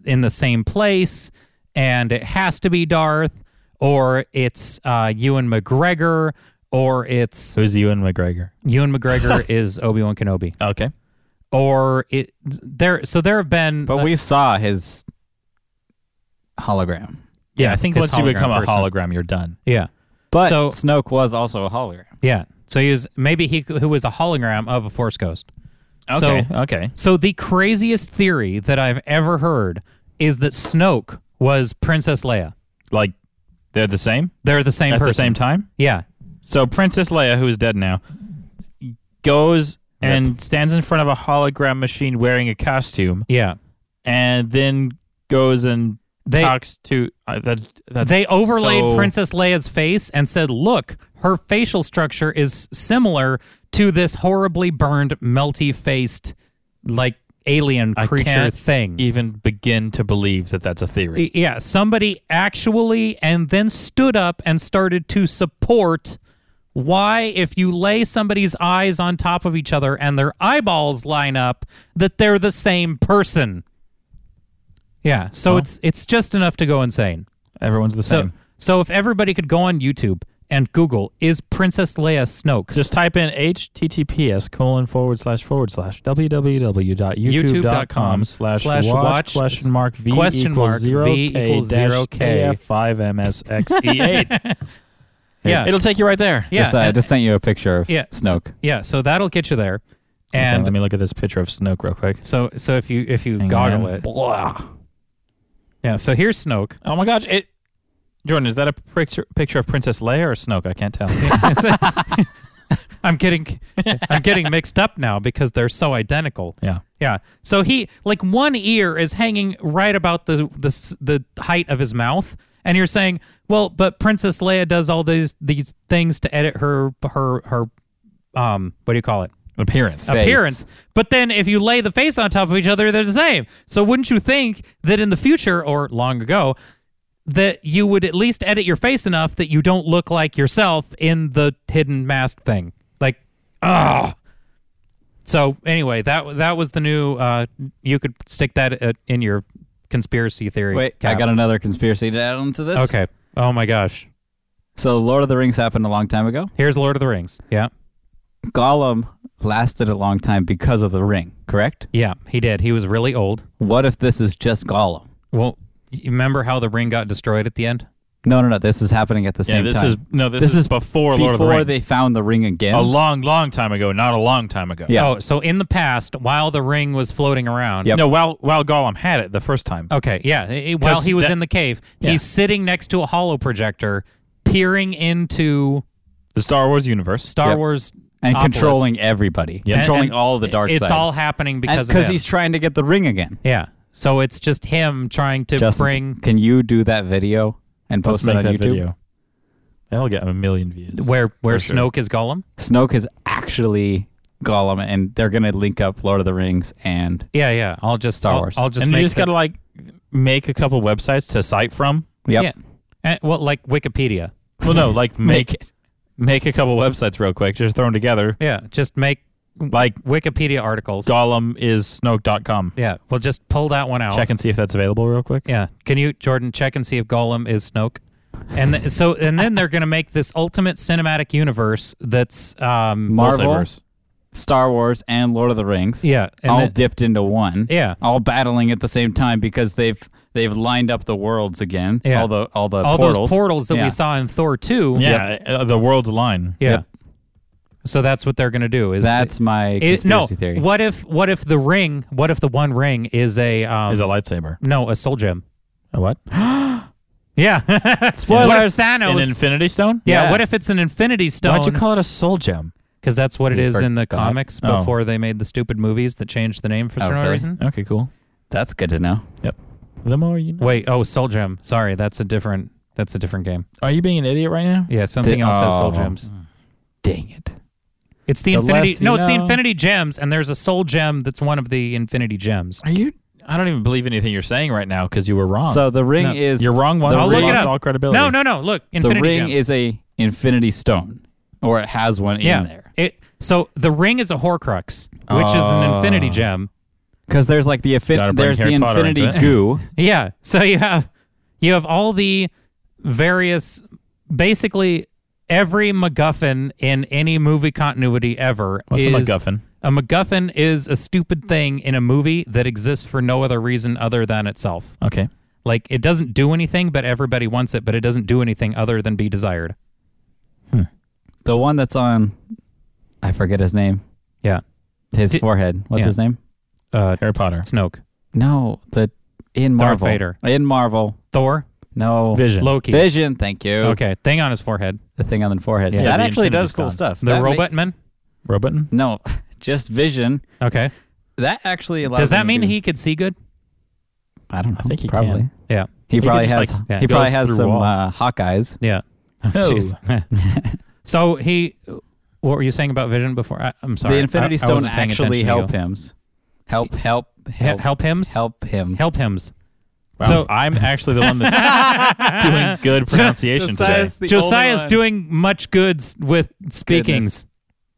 in the same place, and it has to be Darth, or it's uh, Ewan McGregor, or it's
Who's Ewan McGregor?
Ewan McGregor is Obi Wan Kenobi,
Okay.
or it there. So there have been,
But we saw his hologram.
Yeah, I think
his
once you
hologram
become a
person.
hologram, you're done.
yeah,
But
So-
Snoke was also a hologram.
yeah. So he was maybe he who was a hologram of a Force ghost.
Okay.
So,
okay.
so the craziest theory that I've ever heard is that Snoke was Princess Leia.
Like they're the same
They're the same
at
person.
the same time.
Yeah,
So Princess Leia, who is dead now, goes and stands in front of a hologram machine wearing a costume,
yeah.
and then goes and
They-
talks to uh, that. That's
They overlaid
so-
Princess Leia's face and said, "Look, her facial structure is similar to this horribly burned, melty-faced, like alien
I
creature
can't
thing."
Even begin to believe that that's a theory.
Y- e-, Yeah, somebody actually and then stood up and started to support why if you lay somebody's eyes on top of each other and their eyeballs line up that they're the same person. Yeah, so it's it's just enough to go insane.
Everyone's the
So
same.
so if everybody could go on YouTube and Google is Princess Leia Snoke
Just type in https colon forward slash forward slash www.youtube.com slash
slash watch
watch question mark v
question
equals
mark
zero
V
k
equals zero K.
five msxe8.
Yeah.
E it'll take you right there.
Yeah,
Just, uh, I
and-
just sent you a picture of
yeah,
Snoke.
so- yeah, so that'll get you there.
And let
And
me look at this picture of Snoke real quick.
so so if you if you
Hang
goggle
on.
it. Yeah, so here's Snoke.
Oh my gosh! It, Jordan, is that a picture picture of Princess Leia or Snoke? I can't tell.
I'm getting I'm getting mixed up now because they're so identical.
yeah.
Yeah. So he like one ear is hanging right about the the s- the height of his mouth and you're saying, "Well, but Princess Leia does all these these things to edit her her her um what do you call it?
Appearance.
Face.
Appearance. But then if you lay the face on top of each other, they're the same. So wouldn't you think that in the future or long ago that you would at least edit your face enough that you don't look like yourself in the hidden mask thing? Like Oh. So anyway, that that was the new. Uh, you could stick that uh, in your conspiracy theory.
Wait, I
cap.
got another conspiracy to add on to this.
uh, Okay. Oh my gosh.
So Lord of the Rings happened a long time ago.
Here's Lord of the Rings. Yeah.
Gollum lasted a long time because of the ring, correct?
Yeah. He did. He was really old.
What if this is just Gollum?
Well, you remember how the ring got destroyed at the end?
No, no, no. This is happening at the
Yeah,
same
this
time.
is no, this, is, before Lord of the
before
Rings.
they found the ring again.
a long, long time ago, not a long time ago.
Yeah.
Oh, so in the past, while the ring was floating around.
Yep.
No, while while Gollum had it the first time.
Okay, yeah. i- i- while
'Cause
he was
that-
in the cave,
Yeah.
he's sitting next to a hollow projector, peering into
The Star Wars universe.
Star
Yep.
Wars
and
Opolis.
controlling everybody,
Yeah.
And-
controlling
and
all the dark
it's
side.
all happening because of
because
him.
he's trying to get the ring again.
yeah. So it's just him trying to
Justin,
bring
can you do that video and
Let's
post
make
it on
that
YouTube?
video. That'll get a million views.
where where
sure.
Snoke is Gollum.
Snoke is actually Gollum, and they're gonna link up Lord of the Rings and
Yeah, yeah. I'll just
Star
I'll-
Wars.
I'll just
and you
make
just
the-
gotta like make a couple websites to cite from.
yep,
yeah. Eh, well, like Wikipedia.
Well, no, like
make
make
it.
make a couple websites real quick, just throw them together.
Yeah, just make
Like
Wikipedia articles.
Gollum is Snoke.com.
yeah, we'll just pull that one out.
Check and see if that's available real quick.
Yeah. Can you, Jordan, check and see if Gollum is Snoke? And th- so, and then they're going to make this ultimate cinematic universe that's, um,
Marvel,
Multiverse.
Star Wars, and Lord of the Rings.
yeah. And
all
then-
dipped into one.
Yeah.
all battling at the same time because they've they've lined up the worlds again.
Yeah.
all the all the
all
portals.
those portals that
Yeah.
we saw in Thor 2.
Yeah, uh, the world's line.
Yeah.
Yep.
So that's what they're going to do. Is
That's my
it-
conspiracy
no.
theory.
What if, what if the ring, what if the one ring is a, um,
Is a lightsaber.
no, a soul gem?
A what?
Yeah. What if
Spoilers.
An
Thanos?
infinity stone?
yeah,
Yeah.
What if it's an infinity stone?
Why'd you call it a soul gem?
Because that's what it
You
is in the
forgot?
comics
Oh.
before they made the stupid movies that changed the name for
Oh,
no
really?
reason.
Okay, cool.
That's good to know.
Yep. The more you know.
Wait, oh, Soul Gem. Sorry, that's a different. That's a different game.
Are you being an idiot right now?
Yeah, something else has Soul
oh.
Gems.
Dang it.
It's the,
The
Infinity.
less you
No, it's the
know.
Infinity Gems, and there's a Soul Gem that's one of the Infinity Gems.
Are you? I don't even believe anything you're saying right now because you were wrong.
So the ring
No.
is
you're wrong once.
I'll
you
look it
lost
up.
all credibility.
No, no, no. Look,
the
Infinity
ring
Gems.
is a infinity stone, or it has one
yeah.
in there.
It. So the ring is a Horcrux, which is an
Oh.
Infinity Gem.
Because there's like the
Gotta
affin-
bring
there's
Harry
the
Potter
infinity
into it.
goo.
Yeah. So you have you have all the various basically every MacGuffin in any movie continuity ever.
What's a
is-
MacGuffin?
A MacGuffin is a stupid thing in a movie that exists for no other reason other than itself.
Okay.
Like it doesn't do anything, but everybody wants it, but it doesn't do anything other than be desired.
The one that's on, I forget his name.
Yeah.
His
Di-
forehead. What's
yeah.
his name?
Uh
Harry Potter.
Snoke.
No, the in
Darth
Marvel.
Vader.
In Marvel.
Thor.
No.
Vision.
Loki.
Vision. Thank you.
Okay. Thing on his forehead.
The thing on the forehead.
Yeah,
that
the
actually
Infinity
does cool
Stone.
stuff.
The
That ma-
robot man.
Robotin.
no, just Vision.
Okay.
That actually allows.
Does that
him
mean
to-
he could see good?
I don't know.
I think he
probably.
can.
Yeah.
He,
could
probably
just,
has.
like,
yeah,
he probably
goes
has
through
some
walls.
uh, Hawkeyes.
Yeah. Oh,
Oh.
Jeez. so he, what were you saying about Vision before? I, I'm sorry.
the
I-
Infinity
I
Stone
wasn't paying
actually
attention to
help
you.
him. Help, help, help,
He- Help him.
help him.
Help hims.
Wow.
So-
I'm actually the one that's doing good pronunciation today.
Josiah's the only
Josiah's
one.
doing much good s- with speakings.
Goodness.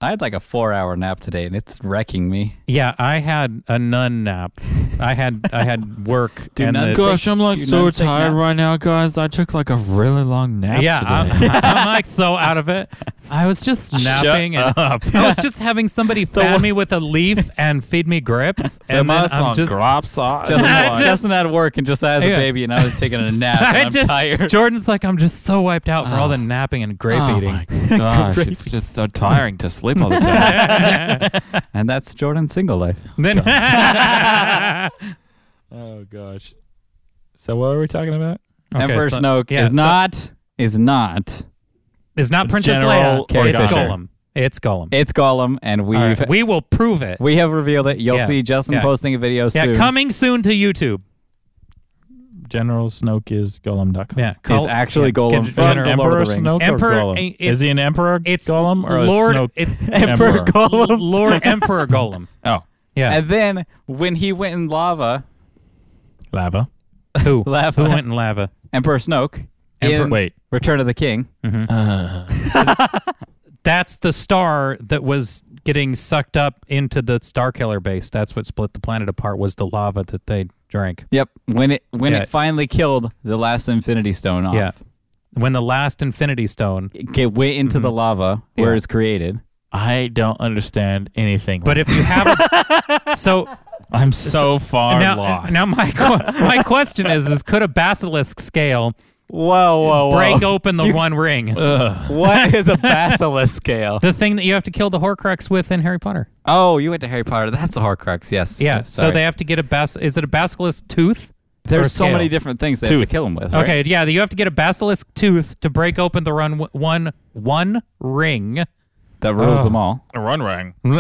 I had like a four-hour nap today, and it's wrecking me.
Yeah, I had a nun nap. I had I had work.
Do
and
nuns
the-
go- Gosh,
I'm like
Do you so notice that tired nap?
right now, guys. I took like a really long nap
yeah, I'm, I'm like so out of it. I was just napping and
up.
I was just having somebody fan me with a leaf and feed me grips, and then I'm just
Justin,
I just-
Justin at work, and Josiah's
Yeah.
a baby, and I was taking a nap.
I
and I'm
just-
tired.
Jordan's like, I'm just so wiped out for all the napping and grape eating.
gosh, it's just so tiring to sleep all the time.
And that's Jordan's single life.
Then
oh gosh. So what were we talking about?
Emperor
so-
Snoke
yeah,
is
so-
not is not.
It's not Princess
General
Leia. It's
character.
Gollum. It's Gollum.
It's Gollum, and we've
All right, We will prove it.
we have revealed it. You'll
Yeah.
see Justin
Yeah.
posting a video
yeah,
soon.
coming soon to YouTube.
General Snoke is Golem.com.
Yeah,
Is actually Gollum
Gen-
from
General-
the Lord
Emperor
of the Rings.
Snoke
Emperor-
or Golem?
it's-
Is he an Emperor
it's
Golem or
Lord.
a Snoke?
It's
Emperor
Emperor.
Gollum.
Lord Emperor Golem.
oh,
Yeah,
And then when he went in lava,
lava.
who?
lava.
Who went in lava?
Emperor Snoke
Emperor-
in
Wait.
Return of the King.
That's the star that was getting sucked up into the Star Killer base. That's what split the planet apart. Was the lava that they drank?
Yep. When it when
Yeah.
it finally killed the last Infinity Stone off.
Yeah. When the last Infinity Stone.
It it went into the lava where
Mm-hmm. Yeah.
it's created.
I don't understand anything.
But if you have, so
I'm so far
now,
lost.
now my qu- my question is: Is could a basilisk scale
Whoa, whoa, whoa.
Break open the one ring.
Ugh.
What is a basilisk scale?
The thing that you have to kill the Horcrux with in Harry Potter.
Oh, you went to Harry Potter. That's a Horcrux. Yes.
Yeah. So
Sorry.
they have to get a bas. Is it a basilisk tooth?
There's
or
so many
scale?
different things they have
Tooth.
to kill him with. right?
Okay, yeah, you have to get a basilisk tooth to break open the run one one ring.
That rules
Oh.
them all.
A run ring. no,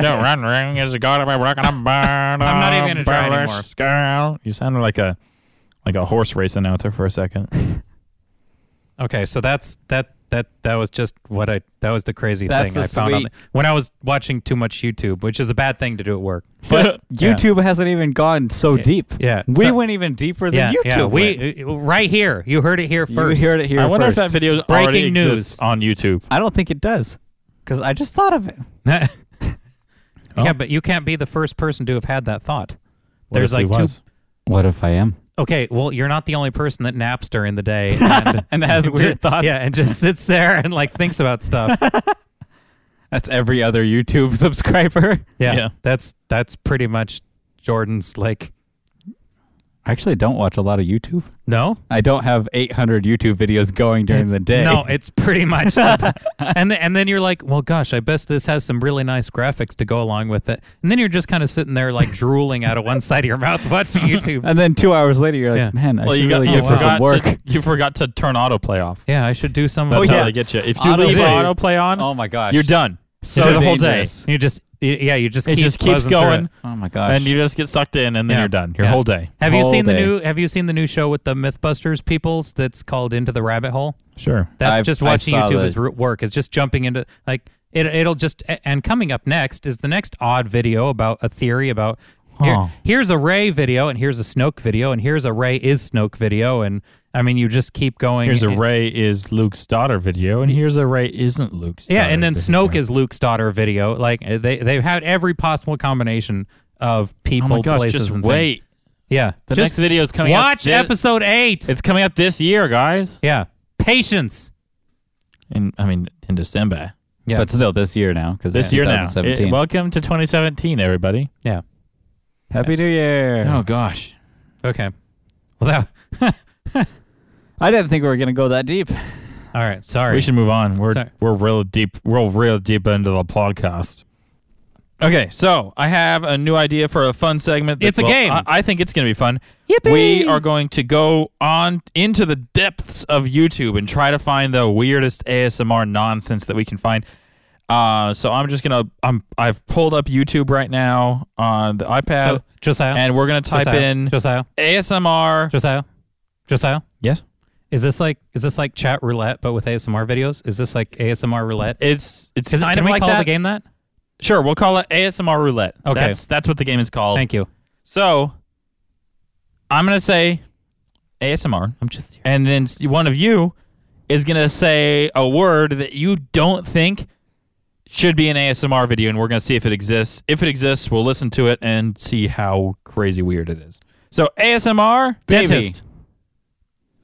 run ring is a god of my rock and I'm I'm
not even gonna try anymore.
Girl. You sounded like a like a horse race announcer for a second.
Okay, so that's that that that was just what I that was the crazy
That's
thing
the
I found on
sweet-
the- when I was watching too much YouTube, which is a bad thing to do at work.
But
YouTube hasn't even gone so deep.
yeah.
We
So-
went even deeper
Yeah,
than YouTube.
yeah,
went.
we uh, right here. You heard it here first.
You heard it here
I wonder
first.
if that video already
Breaking news.
exists on YouTube.
I don't think it does. Because I just thought of it.
yeah,
Oh.
but you can't be the first person to have had that thought.
What
There's
if he
like two-
was?
What if I am?
Okay, well, you're not the only person that naps during the day and,
And has weird thoughts.
Yeah, and just sits there and like thinks about stuff.
That's every other YouTube subscriber.
Yeah,
Yeah.
that's that's pretty much Jordan's like
I actually don't watch a lot of YouTube.
no.
I don't have 800 YouTube videos going during the day.
No, it's pretty much, the- and then, and then you're like, well, gosh, I bet this has some really nice graphics to go along with it, and then you're just kind of sitting there like drooling out of one side of your mouth watching YouTube.
And then two hours later, you're like,
Yeah.
man, I
well,
should
you, got,
really
you,
get for some
forgot
work.
To, you forgot to turn autoplay off.
Yeah, I should do some.
That's
of
Oh,
how
yeah.
they
yes.
get you. If you leave
Autoplay.
autoplay on,
oh my gosh.
you're done.
So
So the whole day.
dangerous.
You just y- yeah, you just
It
keep
just keeps
buzzing through
going,
it.
Oh my gosh.
and you just get sucked in, and then
Yeah.
you're done. Your
Yeah.
whole day.
Have you
Whole
seen the
day.
new Have you seen the new show with the MythBusters peoples that's called Into the Rabbit Hole?
Sure.
That's
I've-
just
I
watching
saw
YouTube
the-
as root work. It's just jumping into like it. It'll just a- and coming up next is the next odd video about a theory about. here-
Huh.
here's a Ray video, and here's a Snoke video, and here's a Ray is Snoke video, and I mean you just keep going.
Here's a
Ray.
Ray is Luke's daughter video, and here's a Ray isn't Luke's.
Yeah,
daughter
and then
video.
Snoke is Luke's daughter video. Like uh, they they've had every possible combination of
Oh
people,
my gosh!
places,
Just
and
wait.
Things. Yeah,
The
just
next video is coming. out
watch
thi-
episode eight.
It's coming out this year, guys.
yeah, patience.
And I mean, in December.
Yeah.
But still, this year now. Because
This year now. It-
2017.
welcome to 2017, everybody.
Yeah.
Happy New Year.
gosh.
Okay. Well, that.
I didn't think we were going to go that deep.
All right. Sorry.
We should move on. We're
Sorry.
we're real deep. We're real deep into the podcast. Okay, so I have a new idea for a fun segment. that-
It's a
well,
game.
I, I think it's going to be fun. We are going to go on into the depths of YouTube and try to find the weirdest ASMR nonsense that we can find. Uh, so I'm just gonna I'm I've pulled up YouTube right now on the iPad,
So, Josiah.
and we're gonna type
Josiah,
in
Josiah.
ASMR.
Josiah. Josiah.
Yes,
Is this like is this like chat roulette but with ASMR videos? Is this like ASMR roulette?
it's it's
Is it,
kind
can
of
we
like
call
that.
the game that?
Sure, we'll call it ASMR roulette.
Okay.
that's that's what the game is called.
Thank you.
So I'm gonna say ASMR,
I'm just
and then s- one of you is gonna say a word that you don't think should be an ASMR video, and we're gonna see if it exists. If it exists, we'll listen to it and see how crazy weird it is. So ASMR
Baby.
dentist.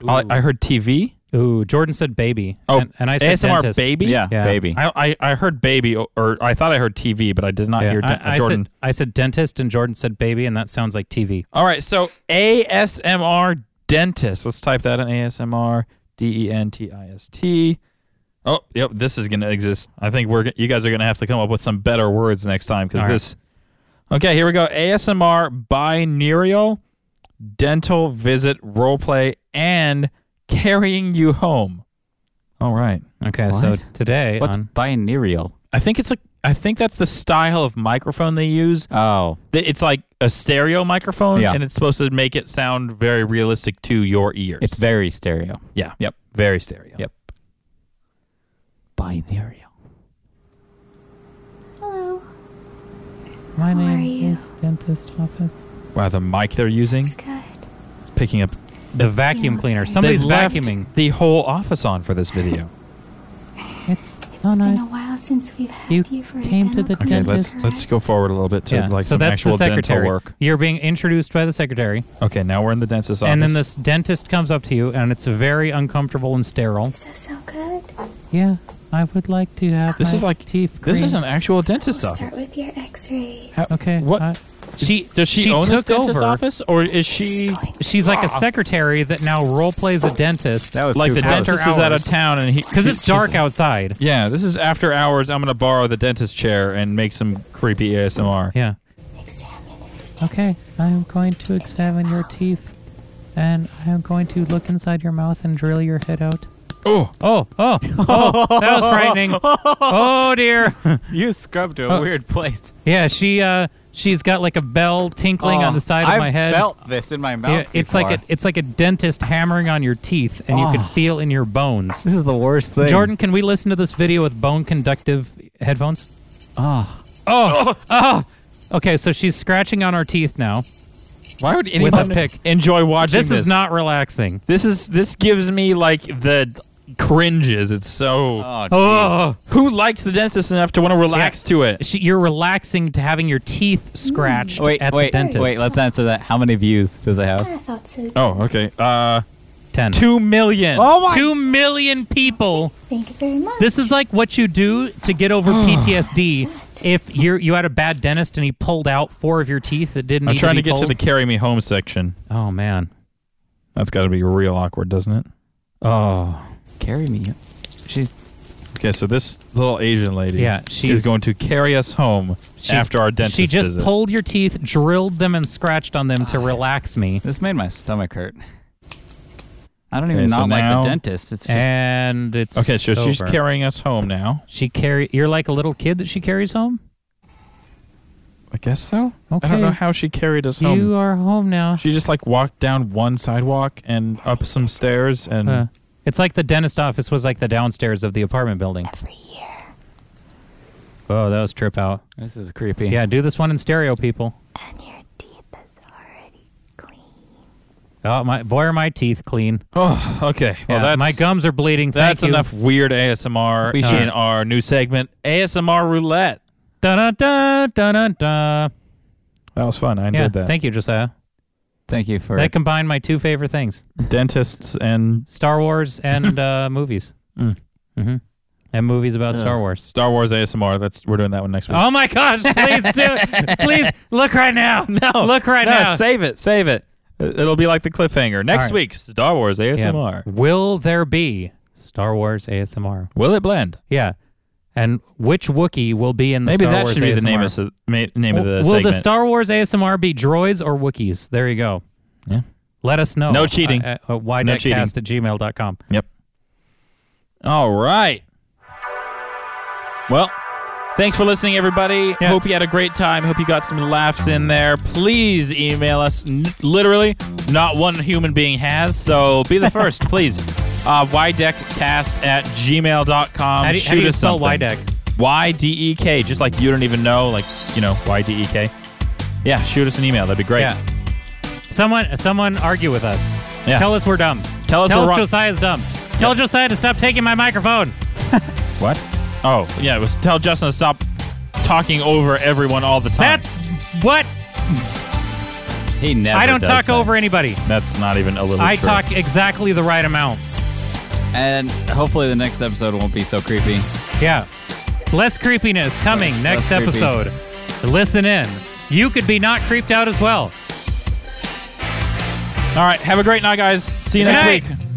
I, I heard TV.
Ooh, Jordan said baby.
Oh,
and, and I said
ASMR
dentist.
baby.
Yeah,
Yeah.
baby.
I, I I heard baby, or, or I thought I heard TV, but I did not
Yeah,
hear
I-
den-
I,
Jordan.
Said, I said dentist and Jordan said baby and that sounds like TV.
All right, so ASMR dentist. Let's type that in ASMR D E N T I S T. Oh, yep, this is going to exist. I think we're g- you guys are going to have to come up with some better words next time cuz
All right.
this Okay, here we go. ASMR binaural dental visit role play and carrying you home. All right.
Okay, so
What?
today
What's
on
binaural?
I think it's like I think that's the style of microphone they use.
Oh.
Th- It's like a stereo microphone
Yeah.
and it's supposed to make it sound very realistic to your ears.
It's very stereo.
Yeah.
Yep.
Very stereo.
Yep. Binaural.
Hello.
my
How are you?
is dentist office.
Wow, the mic they're using
Good.
is picking up.
The vacuum cleaner. Somebody's vacuuming.
the whole office on for this video.
It's
It's
so
been
Oh, nice.
a while since we've had
You
you, for a
came to the
dental
okay,
clinic,
let's
Dentist.
let's go forward a little bit to like
so
some
that's
actual
the secretary.
dental work.
You're being introduced by the secretary,
Okay, now we're in the dentist's office.
and then this dentist comes up to you, and it's very uncomfortable and sterile.
Does that sound good?
Yeah, I would like to have
This
my
is like
teeth.
This
green.
is an actual dentist's
We'll start
office.
with your x-rays.
How-
okay.
What?
I- She
Does she, own
took
this dentist's
over.
office, or is she
She's like a secretary that now role plays a dentist.
That was
like
too
the
close.
After
dentist is out of
hours.
town and he
because it's
she's-
dark outside.
Yeah, this is after hours. I'm gonna borrow the dentist chair and make some creepy ASMR.
Yeah.
Examine every
Okay, I am going to examine your teeth, and I am going to look inside your mouth and drill your head out.
Oh,
Oh, oh, oh! that was frightening. Oh dear.
You scrubbed to a
Oh.
weird place.
Yeah, she uh, she's got like a bell tinkling on the side of
I
my head.
Oh, felt this in my mouth.
Yeah, it's like a
before. Oh.
it's like a dentist hammering on your teeth, and you can feel in your bones.
This is the worst thing.
Jordan, can we listen to this video with bone conductive headphones?
Ah.
Oh, oh. Okay, so she's scratching on our teeth now.
why would
a
anyone
pick.
enjoy watching this?
This is not relaxing.
This is this gives me like the cringes. It's so.
Oh,
Oh,
Who likes the dentist enough to want to relax
Yeah.
to it?
she, you're relaxing to having your teeth scratched
wait,
at the
wait,
dentist.
wait. Let's answer that. How many views does it have?
I thought so.
Oh, okay. Uh,
Ten.
two Oh million.
Oh,
Two million people.
Thank you very much.
This is like what you do to get over PTSD. If you you had a bad dentist and he pulled out four of your teeth that didn't.
I'm
need
trying
to,
to
be
get to
pulled.
the carry me home section.
Oh man.
That's got to be real awkward, doesn't it? Oh.
Carry me. She's
Okay, so this little Asian lady
Yeah,
is
she's-
going to carry us home
She's-
after our dentist
She just
visit. Ah.
pulled your teeth, drilled them, and scratched on them to relax me.
This made my stomach hurt. I don't
Okay,
even
so
not like
now-
the dentist. It's just
And it's
Okay, so she's
over.
carrying us home now.
She carry. You're like a little kid that she carries home.
I guess so.
Okay.
I don't know how she carried us home.
You are home now.
She just like walked down one sidewalk and up some stairs and
Uh, it's like the dentist office was like the downstairs of the apartment building.
every year.
Oh, that was trip out.
this is creepy.
Yeah, do this one in stereo, people.
And your teeth is already clean.
Oh my, boy, are my teeth clean.
oh okay. Well,
Yeah,
that's
my gums are bleeding. Thank
that's
you.
enough weird ASMR
We
in
should-
our new segment ASMR roulette.
Da da da da da da.
That was fun. I
Yeah,
enjoyed that.
thank you, Josiah.
Thank you for
That combined my two favorite things:
Dentists and
Star Wars and uh, movies.
Mm.
hmm And movies about Star Wars.
Star Wars ASMR. That's we're doing that one next week.
Oh my gosh! Please do. please look right now.
No,
look right
no,
now.
Save it. Save it. It- It'll be like the cliffhanger next
right.
week. Star Wars
Yeah.
ASMR.
Will there be Star Wars ASMR?
Will it blend?
Yeah. And which Wookiee will be in the
Maybe
Star
that
Wars
should be the name of
ASMR?
the ma- name of the
Will
segment.
the Star Wars ASMR be droids or Wookiees? There you go.
Yeah.
Let us know.
No cheating.
Uh, uh,
No cheating.
YDetCast at gmail.com.
Yep. All right. Well, thanks for listening, everybody.
Yeah.
Hope you had a great time. Hope you got some laughs in there. Please email us. N- literally, not one human being has, so be the first, please. Uh, YDeckCast at gmail.com.
How do you-
Shoot
how do you
us
spell
something.
YDeck?
Y-D-E-K, just like you don't even know, like, you know, Y-D-E-K. Yeah, shoot us an email. That'd be great.
Yeah. Someone someone argue with us.
Yeah.
Tell us we're dumb.
Tell us
Tell
we're
us
wrong.
Josiah's dumb. Tell Josiah to stop taking my microphone.
What? Oh, yeah, it was tell Justin to stop talking over everyone all the time.
That's what
he never.
I don't
does
talk
that.
over anybody.
That's not even a little.
I
true.
talk exactly the right amount.
And hopefully the next episode won't be so creepy.
Yeah. Less creepiness coming
Less-
next
less creepy.
episode. Listen in. You could be not creeped out as well.
All right, have a great night, guys. See you
Good
next
night.
week.